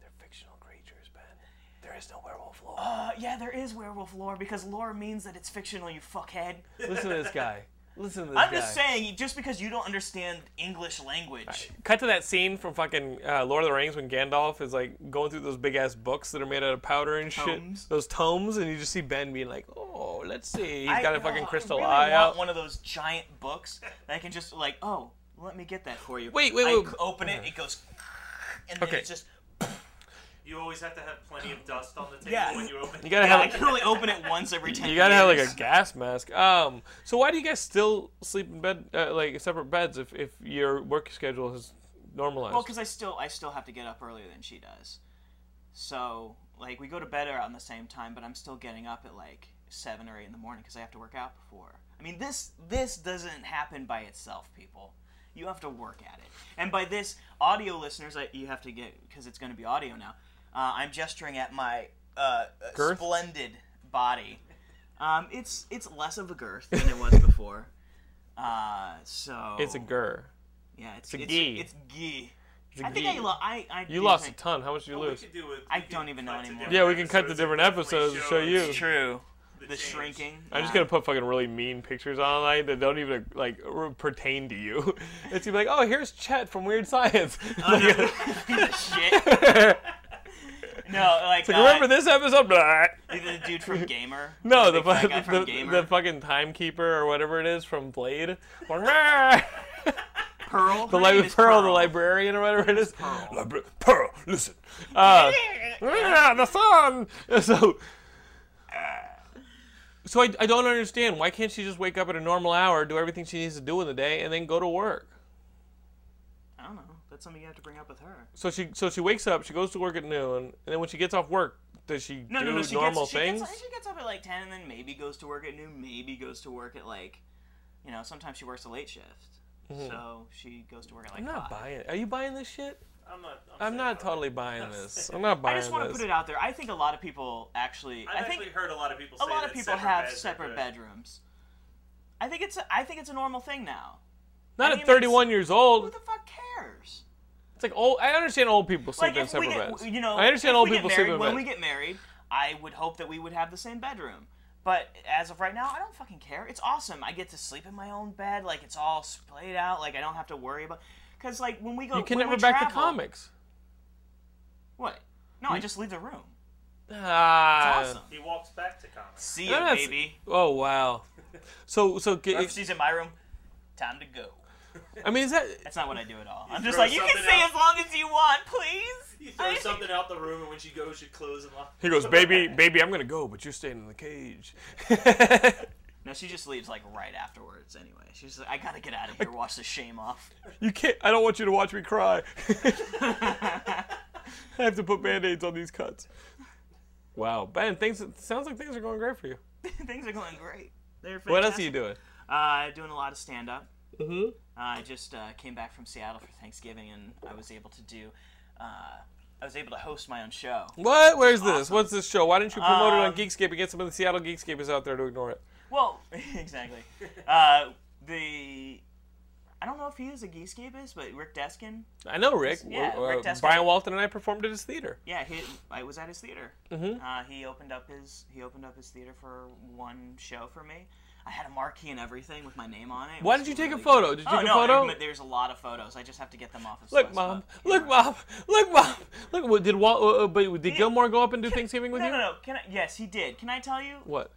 A: they're fictional creatures, Ben. There is no werewolf lore.
B: Uh, yeah, there is werewolf lore because lore means that it's fictional. You fuckhead.
A: *laughs* Listen to this guy. Listen to this
B: I'm
A: guy.
B: just saying, just because you don't understand English language,
A: Cut to that scene from fucking uh, Lord of the Rings when Gandalf is like going through those big ass books that are made out of powder and
B: Tomes.
A: shit. Those tomes, and you just see Ben being like, oh, let's see. He's
B: I-
A: got a
B: oh,
A: fucking crystal
B: I really
A: eye
B: want
A: out.
B: One of those giant books that I can just like, oh, let me get that for you.
A: Wait, wait,
B: I
A: wait.
B: c- open it, it goes, and then
A: Okay.
B: it's just
C: You always have to have plenty of dust on the table
B: Yeah.
C: when you open.
A: *laughs* You gotta
B: yeah,
A: have
B: I can only open it once every ten.
A: *laughs* You gotta have like
B: years.
A: a gas mask. Um, so why do you guys still sleep in bed, uh, like separate beds, if, if your work schedule has normalized?
B: Well, because I still I still have to get up earlier than she does, so like we go to bed around the same time, but I'm still getting up at like seven or eight in the morning because I have to work out before. I mean this this doesn't happen by itself, people. You have to work at it, and by this, audio listeners, I, you have to get because it's going to be audio now. Uh, I'm gesturing at my uh, uh,
A: Girth?
B: splendid body. Um, it's it's less of a girth than it
A: *laughs*
B: was before. Uh, so
A: it's a gur.
B: yeah, it's,
A: a
B: it's,
A: gee.
B: It's gee.
A: It's a
B: I think
A: gee.
B: I, lo- I, I
A: you
B: do
A: lost a
B: think-
A: ton. How much did you
C: We
A: lose?
C: could do it.
B: I
C: we could
B: don't even know
C: cut to
B: anymore.
C: different
A: Yeah, we can cut to
C: episodes
A: different
C: and
A: episodes to show
C: definitely
A: you.
B: True. The,
C: change.
B: shrinking.
A: I'm
B: *laughs*
A: just gonna put fucking really mean pictures online that don't even like r- pertain to you. *laughs* It's gonna be like, oh, here's Chet from Weird Science. *laughs*
B: Oh,
A: Like,
B: shit. *laughs* no, like, uh,
A: Remember this episode? *laughs* Blah.
B: The dude from Gamer. *laughs*
A: No, the,
B: big
A: fu-
B: fat guy
A: the,
B: from
A: the,
B: Gamer.
A: the fucking timekeeper or whatever it is from
B: *laughs*
A: Blade. Like,
B: Pearl.
A: the li- Pearl, the librarian or whatever it is. Libra- Pearl, listen. Uh, yeah, the sun. *laughs* So, uh, so I, I don't understand. Why can't she just wake up at a normal hour, do everything she needs to do in the day, and then go to work?
B: I don't know. That's something you have to bring up with her.
A: So she so she wakes up, she goes to work at noon, and then when she gets off work, does she
B: No,
A: do
B: no, no. She
A: normal
B: gets,
A: things?
B: She gets, she gets up at like ten, and then maybe goes to work at noon. Maybe goes to work at like, you know, sometimes she works a late shift. So she goes to work at like
A: Mm-hmm. I'm not
B: five.
A: buying it. Are you buying this shit?
C: I'm not. I'm,
A: I'm not totally buying this. I'm not buying
B: I just want to
A: this.
B: put it out there. I think a lot of people actually.
C: I've
B: I think
C: actually heard a lot of people.
B: a
C: say
B: lot of
C: that
B: people have
C: beds are
B: separate
C: good.
B: bedrooms. I think it's a, I think it's a normal thing now.
A: Not
B: I
A: at
B: mean,
A: 31 years
B: Who
A: old.
B: the fuck cares?
A: It's like old. I understand old people sleep in
B: we
A: separate
B: get,
A: beds.
B: you know,
A: I understand
B: if
A: old
B: we get
A: people
B: married,
A: sleep in
B: when
A: beds.
B: we get married, I would hope that we would have the same bedroom. But as of right now, I don't fucking care. It's awesome. I get to sleep in my own bed. Like it's all splayed out. Like I don't have to worry about. Because like when we go,
A: you can
B: when
A: never
B: we
A: back to
B: travel-
A: comics.
B: What? No, I just leave the room.
A: Ah,
B: Awesome.
C: He walks back to comics.
B: See
A: No,
B: ya,
A: that's-
B: baby.
A: Oh wow. So so get-
B: If she's in my room, time to go.
A: I mean is that
B: That's not what I do at all. I'm just
C: throw
B: like, you can
C: something
B: stay
C: out.
B: as long as you want, please.
C: You
B: I
C: throw
B: just-
C: something out the room, and when she goes, she closes and locks.
A: he goes baby baby I'm gonna go but you're staying in the cage.
B: No, she just leaves like right afterwards. Anyway, she's like, I gotta
A: *laughs*
B: get out of here. Wash the shame off.
A: *laughs*
B: *laughs*
A: You can't. I don't want you to watch me cry. *laughs* I have to put band-aids on these cuts. Wow, Ben. Things it sounds like things are going great for you.
B: Things are going great. They're fantastic.
A: What else are you doing?
B: Uh, doing a lot of stand up. Mm-hmm. Uh, I just uh, came back from Seattle for Thanksgiving, and I was able to do. Uh, I was able to host my own show.
A: What? Where's this? What's this show? Why didn't you promote it on Geekscape and get some of the Seattle Geekscapers out there to ignore it?
B: Well, *laughs*
C: *laughs*
B: exactly. Uh, the I don't know if he is a geekscapist, but Rick Deskin.
A: I know Rick.
B: Yeah,
A: Uh,
B: Rick Deskin.
A: Brian Walton and I performed at his theater.
B: Yeah, he I was at his theater. Mm-hmm. Uh, he opened up his he opened up his theater for one show for me. I had a marquee and everything with my name on it. It
A: Why
B: was
A: did you take a
B: really-
A: photo? Did you
B: Oh
A: take a
B: no!
A: photo?
B: everybody- There's a lot of photos. I just have to get them off of.
A: Look,
B: Celeste's
A: mom.
B: phone.
A: Look, mom. Look, mom. Look. What, did Wal- uh, uh, but did Gilmore go up and do Thanksgiving with
B: No,
A: you?
B: no, no. Can I? Yes, he did. Can I tell you?
A: What?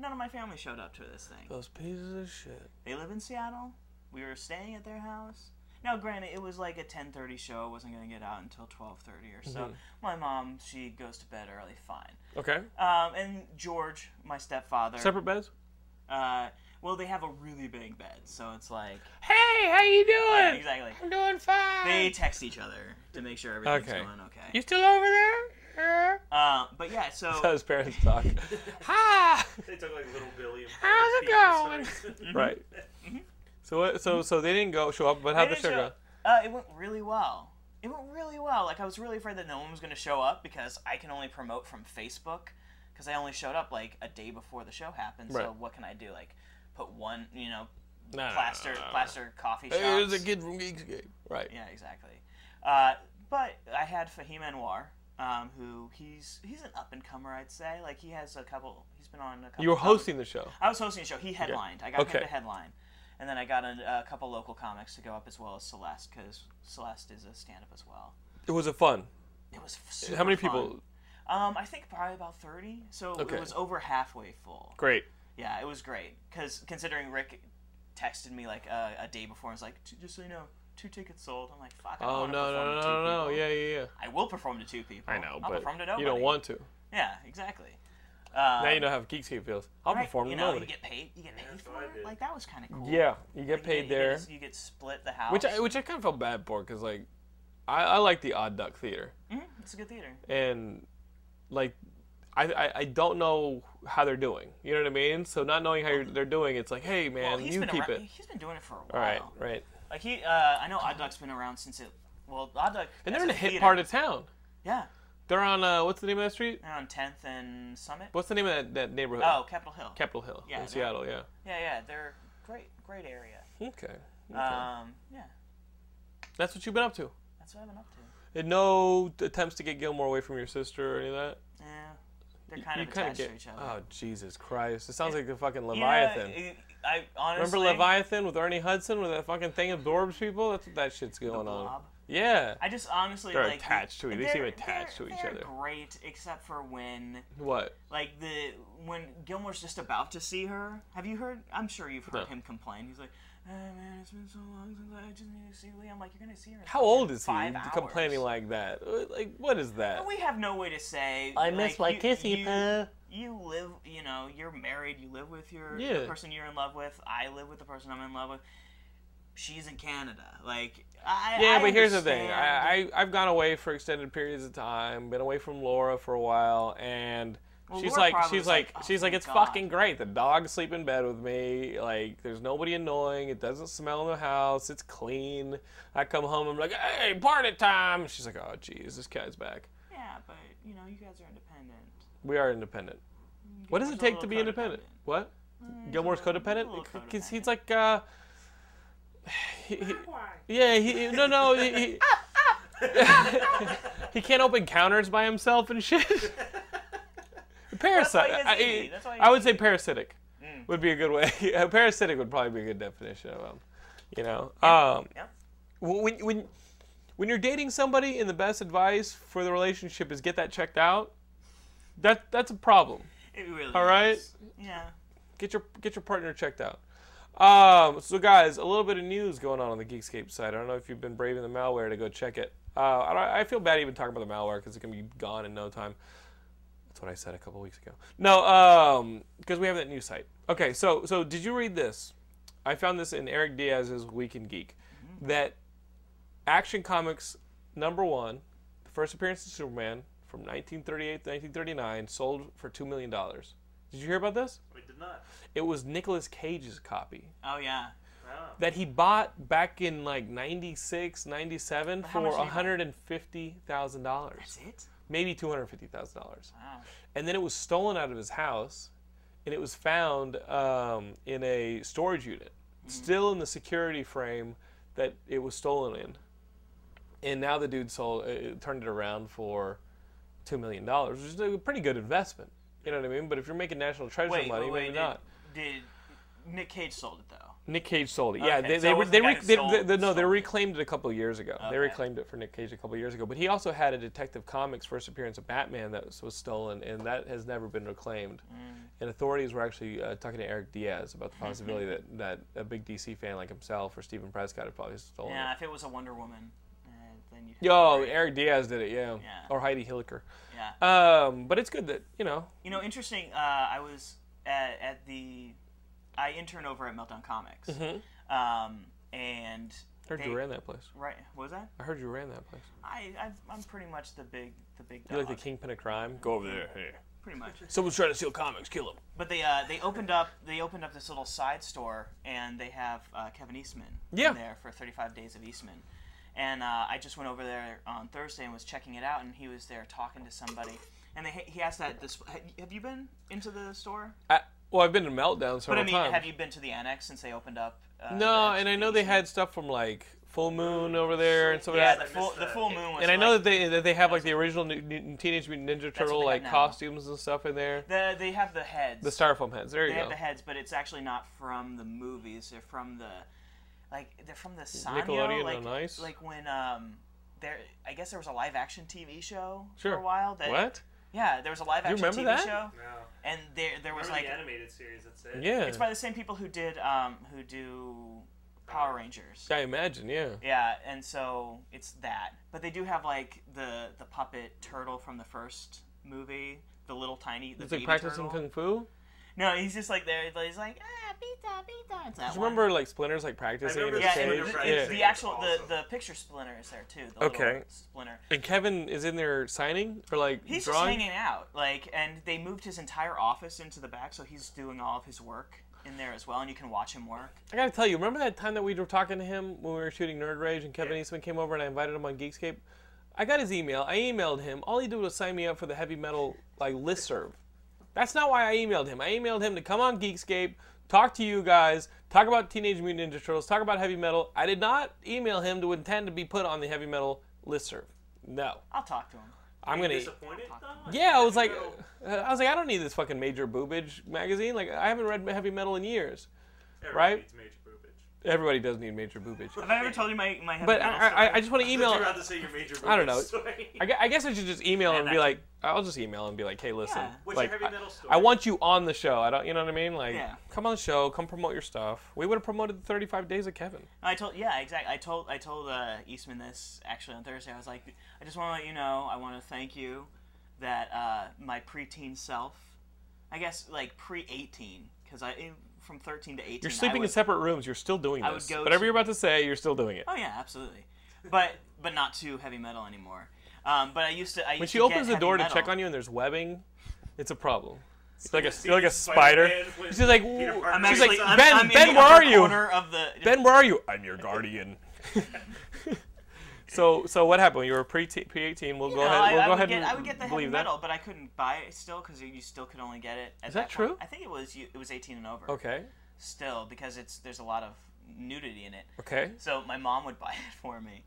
B: None of my family showed up to this thing.
A: Those pieces of shit.
B: They live in Seattle. We were staying at their house. Now, granted, it was like a 10:30 show. I wasn't gonna get out until 12:30 or
A: Mm-hmm.
B: so. My mom, she goes to bed early. Fine.
A: Okay.
B: Um, and George, my stepfather.
A: Separate beds.
B: Uh, well, they have a really big bed, so
A: *laughs*
B: it's like
A: Hey, how you doing?
B: exactly.
A: I'm doing fine.
B: They text each other to make sure everything's
A: Okay.
B: going okay.
A: You still over there? Yeah. *laughs*
B: Uh, but yeah, so
A: His parents talk. *laughs* ha!
C: *laughs* They took like little Billy. and
A: How's it
C: Pete and
A: *laughs*
C: started-
A: Right. So what? So so they didn't go show up, but how'd
B: Mm-hmm. They
A: the show
B: didn't
A: go?
B: show- Uh, it went really well. It went really well. Like I was really afraid that no one was going to show up because I can only promote from Facebook because I only showed up like a day before the show happened. So
A: Right.
B: what can I do? Like put one, you know,
A: No, no, no,
B: plaster
A: no, no.
B: plaster coffee shops.
A: Hey, there's a kid from Geekscape. Right.
B: Yeah, exactly. Uh, but I had Fahim Anwar, um, who he's he's an up and comer, I'd say. Like he has a couple. He's been on a couple.
A: You were
B: shows.
A: hosting the show.
B: I was hosting a show. He headlined. I got
A: Okay.
B: him to headline, and then I got a, a couple local comics to go up as well as Celeste, because Celeste is a stand-up as well.
A: It was a fun.
B: It was f- super
A: How many
B: fun.
A: people?
B: Um, I think probably about thirty. So
A: Okay.
B: it was over halfway full.
A: Great.
B: Yeah, it was great because considering Rick texted me like a, a day before, and was like, "T- just so you know, two tickets sold. I'm like, fuck. I don't
A: Oh
B: wanna
A: no
B: perform
A: no
B: to
A: no
B: two
A: no no!
B: people.
A: Yeah yeah yeah.
B: I will perform to two people.
A: I know,
B: I'll
A: but
B: perform to
A: you
B: nobody.
A: don't want to.
B: Yeah, exactly.
A: Now you know how Geekscape feels. I'll
B: Right,
A: perform to
B: you know,
A: nobody.
B: you get paid. You get paid
C: that's
B: for
C: what I
B: it.
C: did.
B: Like that was kind of cool.
A: yeah, you get
B: You
A: paid
B: you
A: there,
B: get- you get split the house.
A: which I which I kind of felt bad for because like, I, I like the Odd Duck Theater
B: Mhm, it's a good theater.
A: and like, I, I I don't know how they're doing. You know what I mean? So not knowing how you're, they're doing, it's like, hey man,
B: well, he's
A: you
B: been
A: keep
B: around, Oh.
A: it.
B: He's been doing it for a while.
A: All right, right.
B: Like he, uh, I know Odd Duck's been around since it. Well, Odd Duck.
A: And
B: as
A: they're in a hit
B: theater-
A: part of town.
B: Yeah,
A: They're on uh, what's the name of that street?
B: they're on Tenth and Summit.
A: What's the name of that, that neighborhood?
B: Oh, Capitol Hill.
A: Capitol Hill
B: Yeah,
A: in
B: they're-
A: Seattle. Yeah.
B: yeah, yeah, they're great, great area.
A: Okay.
B: Um, yeah,
A: That's what you've been up to.
B: that's what I've been up to.
A: And no attempts to get Gilmore away from your sister or any of that.
B: Yeah, they're kind
A: you
B: of
A: kinda
B: attached
A: get.
B: to each other.
A: Oh Jesus Christ! It sounds like the fucking
B: yeah,
A: Leviathan.
B: it- I honestly
A: Remember Leviathan with Ernie Hudson, where that fucking thing absorbs people? That's what that shit's going on.
B: blob.
A: Yeah.
B: I just honestly
A: They're
B: like
A: attached to it. They
B: they're-
A: seem attached
B: they're-
A: to each
B: they're
A: other.
B: Great, except for when
A: What?
B: like the when Gilmore's just about to see her. Have you heard? I'm sure you've heard him complain. He's like, "Oh man, it's been so long since I just need to see Lee." I'm like, "You're gonna see her." in
A: How old is he?
B: five
A: to Complaining
B: hours."
A: like that? Uh, Like what is that?
B: We have no way to say.
A: I miss
B: like,
A: my
B: you-
A: kissy
B: you,
A: poo.
B: You live, you know, you're married. You live with your
A: Yeah.
B: the person you're in love with. I live with the person I'm in love with. She's in Canada. Like, I
A: Yeah,
B: I
A: but here's the thing.
B: understand.
A: I, I I've gone away for extended periods of time. Been away from Laura for a while, and she's
B: Laura
A: like,
B: probably
A: she's
B: was like,
A: like,
B: "Oh,
A: she's like,
B: thank
A: it's
B: God."
A: fucking great. The dogs sleep in bed with me. Like, there's nobody annoying. It doesn't smell in the house. It's clean. I come home. I'm like, hey, party time. She's like, oh, geez, this guy's back.
B: Yeah, but you know, you guys are independent.
A: We are independent. What does it
B: Mm-hmm. Gilmore's a
A: take to
B: little
A: be independent?
B: codependent. Mm-hmm.
A: What? Gilmore's codependent?
B: little
A: Because he's like, uh. he- he- yeah, he. No, no. He, he, *laughs* he can't open counters by himself and shit. Parasite.
B: That's why he has
A: I,
B: ED. That's why he Mm.
A: I
B: has
A: would say parasitic would be a good way. *laughs* Yeah, parasitic would probably be a good definition of him. You know? Um,
B: Yeah.
A: when, when, when you're dating somebody and the best advice for the relationship is get that checked out, that, that's a problem.
B: It really.
A: All right?
B: is. Yeah.
A: get your get your partner checked out. Um, so guys, a little bit of news going on on the Geekscape side. I don't know if you've been braving the malware to go check it. Uh, I, don't- I feel bad even talking about the malware because it can be gone in no time. That's what I said a couple weeks ago. No, um, because we have that new site. Okay, so so did you read this? I found this in Eric Diaz's Weekend Geek that Action Comics number one, the first appearance of Superman from 1938 to 1939, sold for two million dollars. Did you hear about this?
C: *laughs* We did not.
A: It was Nicolas Cage's copy
B: Oh yeah.
C: Ah.
A: that he bought back in like 96, 97
B: how
A: for
B: much did he buy?
A: $150,000,
B: That's it. Oh.
A: maybe $250,000
B: Wow.
A: and then it was stolen out of his house and it was found um, in a storage unit still in the security frame that it was stolen in and now the dude sold uh, turned it around for $2 million which is a pretty good investment you know what i mean but if you're making national treasure
B: Wait,
A: money
B: wait,
A: maybe
B: wait, did,
A: not
B: did Nick Cage sold it though?
A: nick cage sold it yeah
B: Okay,
A: they,
B: so
A: they,
B: it
A: re-
B: wasn't
A: they,
B: the guy
A: re-
B: who
A: they,
B: sold-
A: they- no they
B: sold it.
A: reclaimed it a couple of years ago they
B: Okay.
A: reclaimed it for nick cage a couple of years ago but he also had a detective comics first appearance of batman that was, was stolen and that has never been reclaimed
B: Mm.
A: And authorities were actually uh, talking to Eric Diaz
B: *laughs*
A: about the possibility that, that a big DC fan like himself or Stephen Prescott had probably stolen
B: Yeah,
A: it.
B: if it was a Wonder Woman, uh, then you.
A: Yo, Eric Diaz did it, yeah.
B: Yeah.
A: Or Heidi Hilliker.
B: Yeah.
A: Um, but it's good that, you know,
B: You know, interesting. Uh, I was at, at the, I intern over at Meltdown Comics,
A: Mm-hmm.
B: um, and
A: I heard
B: they-
A: you ran that place.
B: right. What was that?
A: I heard you ran that place.
B: I I've, I'm pretty much the big the big
A: You're
B: dog.
A: like the kingpin of crime. Go over there. Hey.
B: pretty much.
A: Someone's trying to steal comics. Kill him.
B: But they uh, they opened up they opened up this little side store and they have uh, Kevin Eastman
A: Yeah.
B: in there for 35 days of Eastman. And uh, I just went over there on Thursday and was checking it out and he was there talking to somebody and they, he asked that this have you been into the store?
A: I, well, I've been in meltdown
B: But I
A: several
B: mean,
A: times.
B: have you been to the annex since they opened up? Uh,
A: no,
B: the-
A: and I
B: the
A: know they
B: Eastman?
A: had stuff from like Full Moon over there and stuff
B: Oh, yeah,
A: like that.
B: the
C: I
B: full,
C: missed
B: the
C: that.
B: full moon was
A: And I know
B: like-
A: that they that they have like the original New- New- Teenage Mutant Ninja Turtle
B: they
A: like
B: have now.
A: costumes and stuff in there.
B: the, they have the heads.
A: The styrofoam heads. There you
B: they
A: go.
B: have the heads, but it's actually not from the movies. They're from the like they're from the Sanyo,
A: Nickelodeon
B: like,
A: on Ice?
B: Like when um there I guess there was a live action TV show
A: Sure.
B: for a while that
A: What?
B: Yeah, there was a live action
A: remember
B: TV
A: that?
B: show.
C: No.
B: And there there was
C: Remember
B: like
C: the animated series? That's it.
A: Yeah.
B: it's by the same people who did um who do Power Rangers.
A: I imagine, yeah.
B: Yeah, and so it's that. But they do have like the the puppet turtle from the first movie, the little tiny the
A: It's like
B: baby
A: practicing
B: turtle.
A: kung fu.
B: No, he's just like there. He's like ah, pizza, pizza. It's that
A: Do you
B: one.
A: remember like Splinter's like practicing in
C: remember
A: his
B: Yeah,
C: the
A: cage?
B: and
C: Splinter
B: the,
C: Friday
A: yeah.
C: thing.
B: the actual
C: Awesome.
B: the, the picture splinter is there too. The
A: Okay.
B: little splinter.
A: And Kevin is in there signing or like
B: He's just
A: drawing.
B: hanging out, like, and they moved his entire office into the back, so he's doing all of his work in there as well, and you can watch him work.
A: I gotta tell you, remember that time that we were talking to him when we were shooting Nerd Rage and Kevin
C: Yeah.
A: Eastman came over and I invited him on Geekscape? I got his email. I emailed him. All he did was sign me up for the heavy metal like listserv. That's not why I emailed him. I emailed him to come on Geekscape, talk to you guys, talk about Teenage Mutant Ninja Turtles, talk about heavy metal. I did not email him to intend to be put on the heavy metal listserv. No.
B: I'll talk to him.
A: I'm gonna
C: Disappointed though.
A: Yeah, I was like,
C: metal.
A: uh, I was like, I don't need this fucking major boobage magazine. Like, I haven't read heavy metal in years.
C: Everybody
A: right?
C: Needs major boobage.
A: Everybody does need major boobage.
B: Have I ever told you my my?
A: But I, I, I just want to
C: You're
A: email.
C: about to say your major boobage
A: I don't know.
C: Story.
A: *laughs* I, gue- I guess I should just email and be
B: that's-
A: like, I'll just email and be like, hey, listen,
B: Yeah.
C: What's your
A: like,
C: heavy
A: I-
C: metal story?
A: I, want you on the show. I don't, you know what I mean? Like,
B: Yeah.
A: come on the show, come promote your stuff. We would have promoted the 35 Days of Kevin.
B: I told yeah exactly. I told I told uh, Eastman this actually on Thursday. I was like, I just want to let you know. I want to thank you that uh, my preteen self, I guess like pre eighteen, because I in- from thirteen to eighteen.
A: You're sleeping
B: I
A: in
B: was,
A: separate rooms. You're still doing
B: would
A: this.
B: go
A: Whatever
B: to-
A: you're about to say, you're still doing it.
B: Oh yeah, absolutely. But but not to heavy metal anymore. Um, but I used to. I used
A: When she
B: to get
A: opens the
B: heavy
A: door to
B: metal.
A: check on you and there's webbing, it's a problem. It's like a,
C: Steve
A: you're like a spider.
C: Spider-Man with
A: She's like,
C: Peter
A: "Ooh."
C: Parker.
B: I'm
A: She's
B: actually,
A: like,
B: I'm,
A: Ben,
B: I'm in
A: Ben,
B: the
A: where
B: upper
A: are you?
B: corner Of the,
A: Ben, where are you? I'm your guardian. *laughs* so, so what happened? You were pre eighteen. We'll go
B: No,
A: ahead.
B: I,
A: We'll
B: I
A: go
B: would
A: ahead
B: get,
A: and
B: I would get the heavy
A: believe that.
B: metal, but I couldn't buy it still because you still could only get it. At Is
A: that true?
B: I think it was. You, it was 18 and over.
A: Okay.
B: Still, because it's there's a lot of nudity in it.
A: Okay.
B: So my mom would *laughs* buy it for me,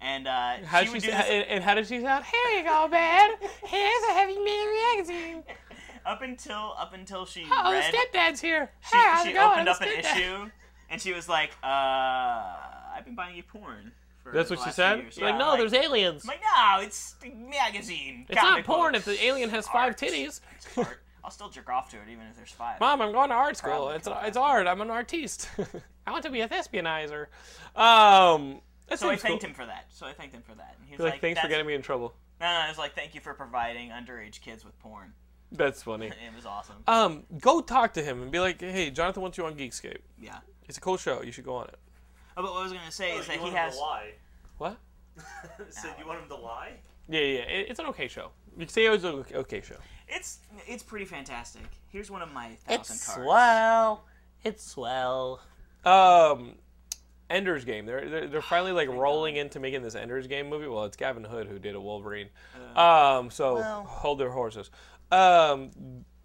B: and uh,
A: How
B: she
A: did
B: would
A: she?
B: do
A: sa-
B: this
A: and, and how did she sound? Here you go, Ben. Here's a heavy metal magazine.
B: up until up until she
A: Oh,
B: read.
A: the stepdad's here.
B: she
A: Hey, how's
B: she
A: it going?
B: opened
A: I'm
B: up an
A: the stepdad.
B: issue, and she was like, uh, "I've been buying you porn." For
A: That's
B: the
A: what she
B: last
A: said.
B: Few years.
A: Like,
B: Yeah,
A: no,
B: I'm
A: there's aliens.
B: I'm like, no, it's a magazine.
A: It's not porn if
B: *laughs*
A: the alien has five titties.
B: Art. I'll still jerk off to it even if there's five.
A: Mom, I'm going to art school.
B: Probably
A: It's
B: not.
A: it's art. I'm an artiste. *laughs* I want to be a thespianizer. Um, that
B: so I
A: seems cool.
B: thanked him for that. So I thanked him for that. And he was
A: Like, thanks for
B: "That's-
A: getting me in trouble.
B: No, no, I was like, thank you for providing underage kids with porn.
A: That's funny.
B: It was awesome.
A: Um, go talk to him and be like, hey, Jonathan wants you on Geekscape.
B: yeah.
A: It's a cool show. You should go on it.
B: Oh, but what I was gonna say
C: Oh,
B: is that he
C: you want him
B: has.
C: to lie. *laughs*
A: What?
C: so you want him to lie?
A: Yeah, yeah. It, it's an okay show. You can say it was an okay show.
B: It's it's pretty fantastic. Here's one of my thousand
A: It's
B: cards.
A: swell. It's swell. Um, Ender's Game. They're they're,
B: Oh
A: they're finally like rolling into making this Ender's Game movie. Well, it's Gavin Hood who did a Wolverine.
B: Uh,
A: um, so
B: well.
A: hold their horses. Um,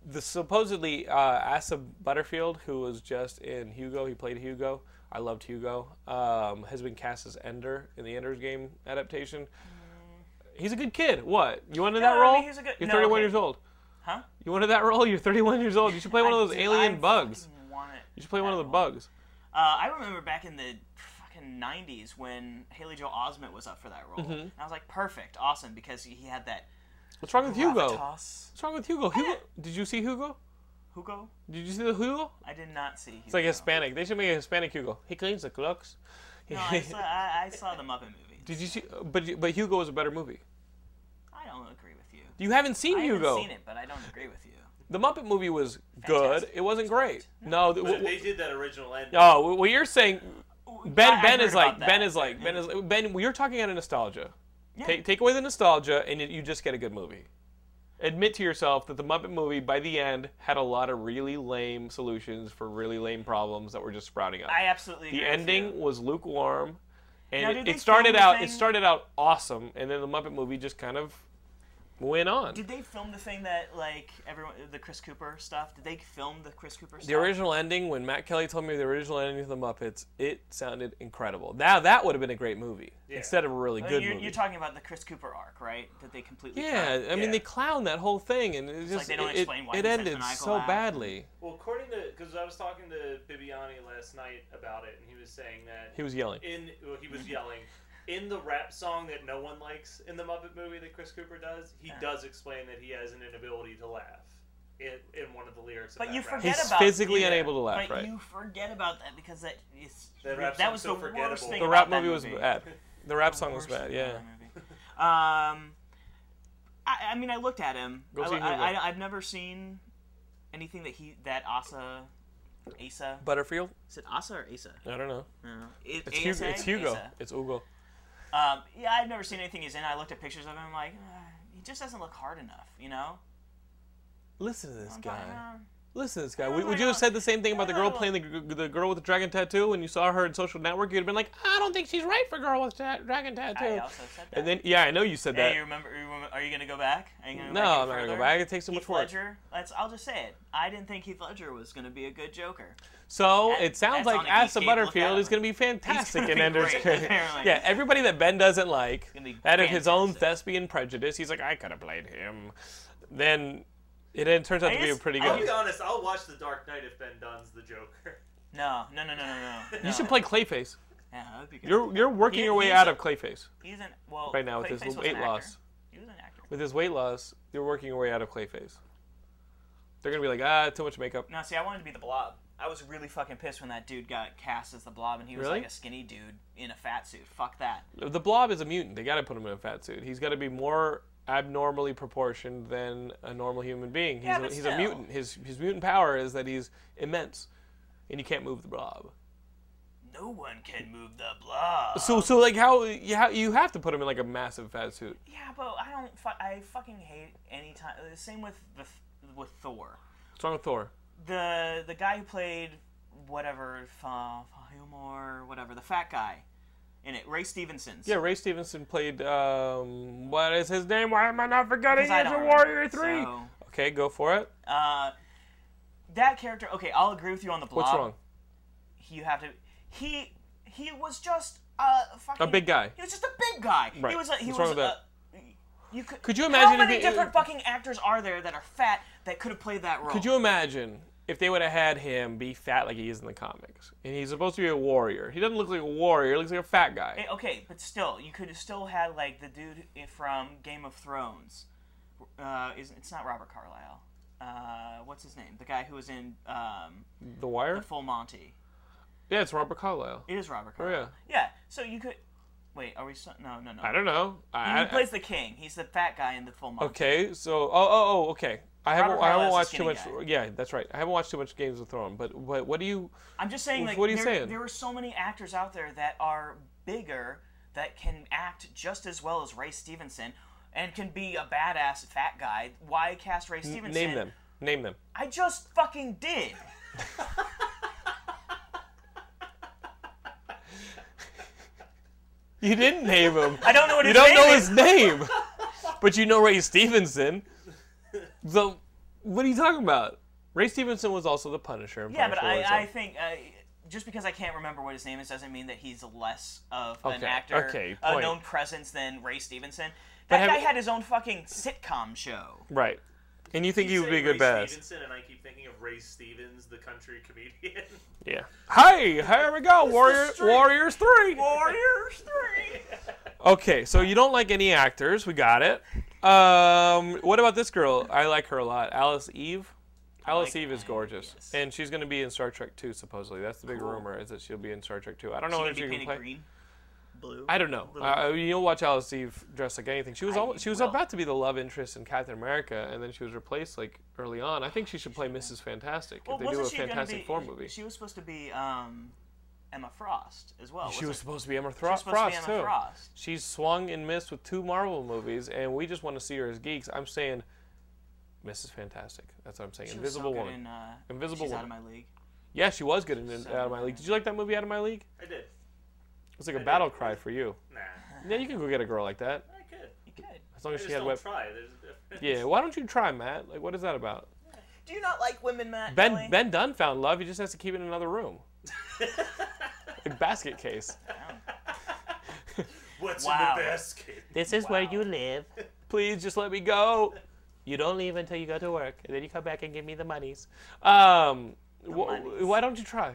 A: the supposedly uh, Asa Butterfield, who was just in Hugo, he played Hugo. I loved Hugo. Um, has been cast as Ender in the Ender's Game adaptation. He's a good kid. What you wanted that
B: Mm. No, I
A: role?
B: mean, he's a good-
A: You're
B: no,
A: 31
B: okay.
A: years old.
B: Huh?
A: You wanted that role? You're 31 years old. You should play one of those
B: I-
A: alien
B: I
A: bugs.
B: fucking want it.
A: You should play one of the
B: That role.
A: bugs.
B: Uh, I remember back in the fucking 90s when Haley Joel Osment was up for that
A: Mm-hmm.
B: role. And I was like, perfect, awesome, because he had that
A: What's wrong with Hugo? What's
B: gravitas.
A: wrong with Hugo?
B: Eh.
A: Hugo? Did you see Hugo?
B: Hugo?
A: Did you see the Hugo?
B: I did not see Hugo.
A: It's like Hispanic. They should make a Hispanic Hugo. He cleans the clocks.
B: No, I saw, I,
A: *laughs*
B: I saw the Muppet movie.
A: Did you see? But but Hugo was a better movie.
B: I don't agree with you.
A: You haven't seen
B: I
A: Hugo.
B: haven't seen it, but I don't agree with you.
A: The Muppet movie was good.
B: Fantastic.
A: It wasn't great. No. th-
C: But
A: w-
C: they
A: w-
C: did that original end.
A: Oh, what you're saying? Ben
B: I- I
A: Ben
B: heard
A: is like
B: about that.
A: Ben is like Ben is Ben. You're talking out of nostalgia.
B: Yeah.
A: Take take away the nostalgia, and you- you just get a good movie. Admit to yourself that the Muppet movie, by the end, had a lot of really lame solutions for really lame problems that were just sprouting up.
B: I absolutely agree
A: the
B: with
A: ending
B: you.
A: was lukewarm, and
B: Now,
A: it-
B: did
A: it,
B: they film
A: started
B: the
A: out
B: thing-
A: it started out awesome, and then the Muppet movie just kind of went on.
B: Did they film the thing that, like, everyone, the Chris Cooper stuff? Did they film the Chris Cooper stuff?
A: The original ending, when Matt Kelly told me the original ending of the Muppets, it sounded incredible. Now that would have been a great movie instead of a really
B: Uh,
A: good
B: you're,
A: movie.
B: you're talking about the Chris Cooper arc, right? That they completely
A: yeah,
B: cut.
A: I mean
C: Yeah.
A: they clown that whole thing, and it just
B: like they don't
A: it,
B: explain why
A: it
B: he's that
A: ended
B: maniacal
A: so
B: laugh.
A: badly.
C: Well, according to because I was talking to Bibiani last night about it, and he was saying that
A: He was yelling.
C: in well, he was yelling in the rap song that no one likes in the Muppet movie that Chris Cooper does. He does explain that he has an inability to laugh in, in one of the lyrics. of
B: But
C: that
B: you
C: rap
B: forget
A: He's
B: about
A: physically
B: yeah,
A: unable to laugh,
B: but
A: right?
B: you forget about that because that is
C: That rap
B: that
C: song's
B: was
C: so
B: the worst
C: forgettable.
B: thing.
A: the
B: about
A: rap
B: that
A: movie was bad. The rap song was
B: Worst
A: bad.
B: thing
A: Yeah.
B: about that movie. *laughs* Um, I, I mean, I looked at him.
A: Go
B: I,
A: see Hugo.
B: I, have never seen anything that he that Asa, Asa.
A: Butterfield?
B: Is it Asa or Asa?
A: I don't know.
B: No. It,
A: It's Hugo.
B: ASA?
A: It's Hugo.
B: Asa.
A: It's Hugo.
B: Um, yeah, I've never seen anything he's in. I looked at pictures of him. I'm like, uh, he just doesn't look hard enough, you know.
A: Listen to this
B: I'm like,
A: guy.
B: uh,
A: Listen to this guy.
B: Oh
A: Would,
B: my
A: would you have
B: God.
A: said the same thing about the
B: Oh.
A: girl playing the, g- the girl with the dragon tattoo when you saw her in Social Network? You'd have been like, I don't think she's right for girl with ta- dragon tattoo.
B: I also said that.
A: and then, yeah, I know you said
B: Hey,
A: that.
B: you remember? you remember- Are you gonna go back? Are you gonna go
A: No,
B: back any
A: I'm not gonna go
B: further?
A: back. It takes too much
B: Heath
A: work.
B: Ledger. Let's. I'll just say it. I didn't think Heath Ledger was gonna be a good Joker.
A: So
B: that-
A: it sounds
B: that's
A: like
B: on the
A: Asa
B: Geekscape. Look
A: Butterfield
B: at
A: is
B: him.
A: going to be fantastic
B: gonna
A: in
B: be
A: Ender's
B: great,
A: Game.
B: *laughs* apparently.
A: yeah, everybody that Ben doesn't like,
B: gonna be
A: out of his own
B: fantastic.
A: thespian prejudice, he's like, I could have played him. Then it, it turns out
B: I
A: to be a
B: just-
A: pretty
B: I
A: good.
C: I'll be honest. I'll watch The Dark Knight if Ben Dunn's the Joker. *laughs*
B: No, no, no, no, no, no.
A: *laughs* You should play Clayface.
B: Yeah, that'd be good.
A: You're you're working
B: He-
A: your way
B: he's-
A: out of Clayface
B: He's an well
A: right now with
B: Clayface
A: his
B: was an
A: weight
B: actor.
A: loss.
B: He was an actor.
A: With his weight loss, you're working your way out of Clayface. They're gonna be like, ah, too much makeup.
B: No, see, I wanted to be the Blob. I was really fucking pissed when that dude got cast as the Blob, and he was
A: Really?
B: like a skinny dude in a fat suit. Fuck that.
A: The Blob is a mutant. They gotta put him in a fat suit. He's gotta be more abnormally proportioned than a normal human being. He's,
B: Yeah,
A: a,
B: but
A: he's a
B: still.
A: mutant. His his mutant power is that he's immense, and you can't move the Blob.
B: No one can move the Blob.
A: So so like how you ha- you have to put him in like a massive fat suit.
B: Yeah, but I don't. Fu- I fucking hate any time. The same with the th- with Thor.
A: What's wrong with Thor?
B: the the guy who played whatever Fa- Fahimor, whatever the fat guy in it, Ray Stevenson.
A: Yeah, Ray Stevenson played um, what is his name? Why am I not forgetting? He's
B: Because I
A: in
B: don't
A: Warrior
B: remember,
A: Three.
B: so-
A: Okay, go for it.
B: Uh, that character. Okay, I'll agree with you on the blob.
A: What's wrong?
B: He- You have to. He he was just a fucking
A: A big guy.
B: He was just a big guy.
A: Right.
B: He was. A, he
A: What's wrong
B: was
A: with
B: a,
A: that?
B: You could,
A: Could you
B: How
A: imagine if
B: many
A: it-
B: different fucking actors are there that are fat that could have played that role?
A: Could you imagine if they would have had him be fat like he is in the comics? And he's supposed to be a warrior. He doesn't look like a warrior. He looks like a fat guy.
B: Eh, Okay, but still, you could have still had like the dude i- from Game of Thrones. Uh, is it's not Robert Carlyle. Uh, what's his name? The guy who was in um,
A: The Wire?
B: Full Monty.
A: Yeah, it's Robert Carlyle.
B: It is Robert
A: Oh,
B: Carlyle.
A: yeah.
B: Yeah. So you could. Wait, are we? So, no, no, no.
A: I don't know. I,
B: he
A: I-
B: plays the king. He's the fat guy in the Full Monty.
A: okay, so oh oh oh okay. I haven't,
B: Robert
A: I haven't
B: Carlyle's a
A: watched too
B: skinny
A: much.
B: guy.
A: Yeah, that's right. I haven't watched too much Games of Thrones. But what, what do you?
B: I'm just saying, like,
A: What are you
B: there,
A: saying?
B: there are so many actors out there that are bigger that can act just as well as Ray Stevenson and can be a badass fat guy. Why cast Ray Stevenson?
A: Name them. Name them.
B: I just fucking did.
A: You didn't name him.
B: *laughs* I don't know what
A: you
B: his
A: don't
B: name
A: know
B: is.
A: his name, but you know Ray Stevenson. So, what are you talking about? Ray Stevenson was also the Punisher. in
B: Yeah, but
A: Punisher,
B: I, I
A: so-
B: think uh, just because I can't remember what his name is doesn't mean that he's less of an
A: Okay,
B: actor,
A: okay,
B: a
A: point.
B: known presence than Ray Stevenson. That
A: have-
B: guy had his own fucking sitcom show.
A: right. And you think he
C: You
A: would
C: say
A: be a good
C: Ray
A: badass?
C: Stevenson, and I keep thinking of Ray Stevens, the country *laughs* comedian.
A: Yeah. Hey, here we go. Warriors,
B: straight-
A: Warriors three.
B: Warriors Three.
A: Okay, so you don't like any actors. We got it. Um, what about this girl? I like her a lot. Alice Eve. Alice
B: like
A: Eve is
B: her,
A: gorgeous,
B: yes.
A: and she's going to be in Star Trek 2, supposedly. That's the big rumor is that she'll be in Star Trek 2. I don't know
B: Gonna
A: if she
B: be
A: can
B: painted
A: play.
B: green, blue.
A: I don't know. Uh, you'll watch Alice Eve dressed like anything. She was al- she was
B: will.
A: about to be the love interest in Captain America, and then she was replaced like early on. I think she should play Mrs. Fantastic
B: Well,
A: if they do
B: wasn't
A: a
B: she gonna
A: Fantastic
B: be,
A: Four movie.
B: She was supposed to be um, Emma Frost as well.
A: She was
B: wasn't
A: supposed to be Emma
B: she
A: Thro-
B: was supposed
A: Frost
B: to be Emma
A: too.
B: Frost.
A: She's swung and missed with two Marvel movies, and we just want to see her as geeks. I'm saying, Mrs. Fantastic. That's what I'm saying.
B: She was so
A: Invisible
B: good
A: Woman.
B: in, uh,
A: Invisible
B: She's out of
A: Woman.
B: my league.
A: yeah, she was good in, in Out of My League. Did you like that movie, Out of My League?
C: I did.
A: It was like a battle cry for you.
C: Nah,
A: Yeah, you can go get a girl like that
C: I could. *laughs*
B: You could.
A: as long
C: I
A: as
C: just
A: she had
C: don't
A: web.
C: try. There's a difference.
A: Yeah, why don't you try, Matt? Like, what is that about?
B: Do you not like women, Matt?
A: Ben
B: Kelly?
A: Ben Dunn found love. He just has to keep it in another
C: *laughs*
A: room. like basket case.
C: *laughs* What's
B: Wow.
C: in the basket?
A: This is where you live. Please just let me go. You don't leave until you go to work, and then you come back and give me the monies. Um, wh-
B: monies.
A: why don't you try?
C: I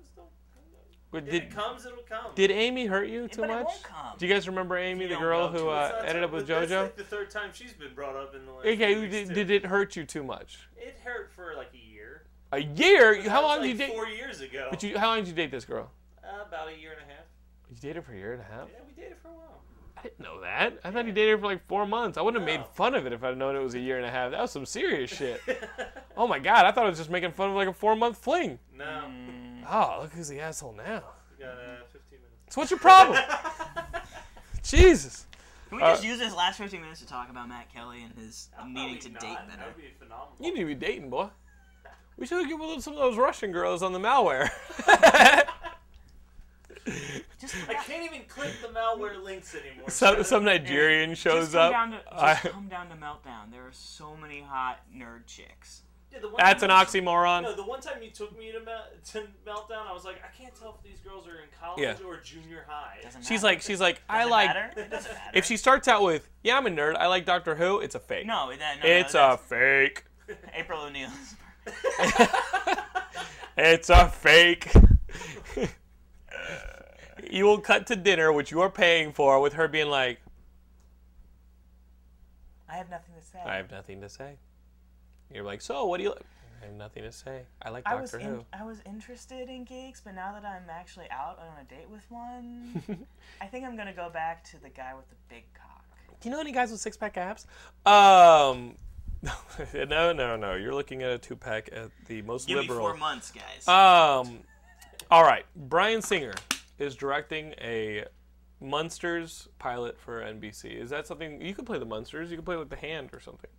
C: just don't- I don't know.
A: Wait,
C: If
A: Did
C: it comes, it'll come.
A: did Amy hurt you too
B: but it
A: much?
B: won't come.
A: Do you guys remember Amy, the
B: don't
A: girl
B: go
A: who
B: to it.
A: uh,
C: That's
A: ended
C: not-
A: up
C: *laughs*
A: with
C: but That's
A: JoJo?
C: like the third time she's been brought up in the last.
A: Okay,
C: few
A: did,
C: weeks, too.
A: did it hurt you too much?
C: It hurt for like a year.
A: A year? You-
C: That
A: How
C: was,
A: long
C: like
A: did you date?
C: Four years ago.
A: But you, how long did you date this girl?
C: Uh, about a year and a half.
A: You dated for a year and a half.
C: Yeah, we dated for a while.
A: I didn't know that. I thought he dated her for like four months. I wouldn't have
C: No.
A: made fun of it if I'd known it was a year and a half. That was some serious shit. oh my god, I thought I was just making fun of like a four month fling.
C: No,
B: Mm.
A: Oh, look who's the asshole now.
C: we got uh, 15 minutes.
A: So what's your problem? Jesus.
B: Can
A: Uh,
B: we just use this last 15 minutes to talk about Matt Kelly and his needing to
C: Probably
B: date
C: not. That
B: better?
C: would be phenomenal.
A: You need to be dating, boy. We should have with some of those Russian girls on the malware. *laughs*
B: Just,
C: I can't even click the malware links
A: *laughs*
C: anymore.
A: some, some Nigerian shows
B: just come
A: up. *laughs*
B: down to
A: I-
B: just come down to meltdown. There are so many hot nerd chicks.
C: Yeah, the one
A: that's an
C: time-
A: oxymoron.
C: No, the one time you took me to, me- to meltdown, I was like, I can't tell if these girls are in college
A: Yeah.
C: or junior high.
B: Doesn't
A: She's
B: matter.
A: like, she's like, I
B: Doesn't
A: like.
B: matter. It doesn't
A: *laughs*
B: matter.
A: If she starts out with, yeah, I'm a nerd. I like Doctor Who. It's a fake.
B: no, that, no, no,
A: It's a
B: that's
A: fake.
B: April O'Neil.
A: It's a fake. you will cut to dinner, which you are paying for, with her being like,
B: I have nothing to say.
A: I have nothing to say. You're like, so what do you like? I have nothing to say. I like
B: I was
A: Doctor Who.
B: in, I was interested in geeks, but now that I'm actually out on a date with
A: *laughs*
B: one, I think I'm gonna go back to the guy with the big cock.
A: Do you know any guys with six pack abs? Um, *laughs* no, no, no. You're looking at a two pack at the most liberal.
B: months, guys.
A: Um, all right. Brian Singer is directing a Munsters pilot for NBC. Is that something you could play the Munsters? You could play like the Hand or something.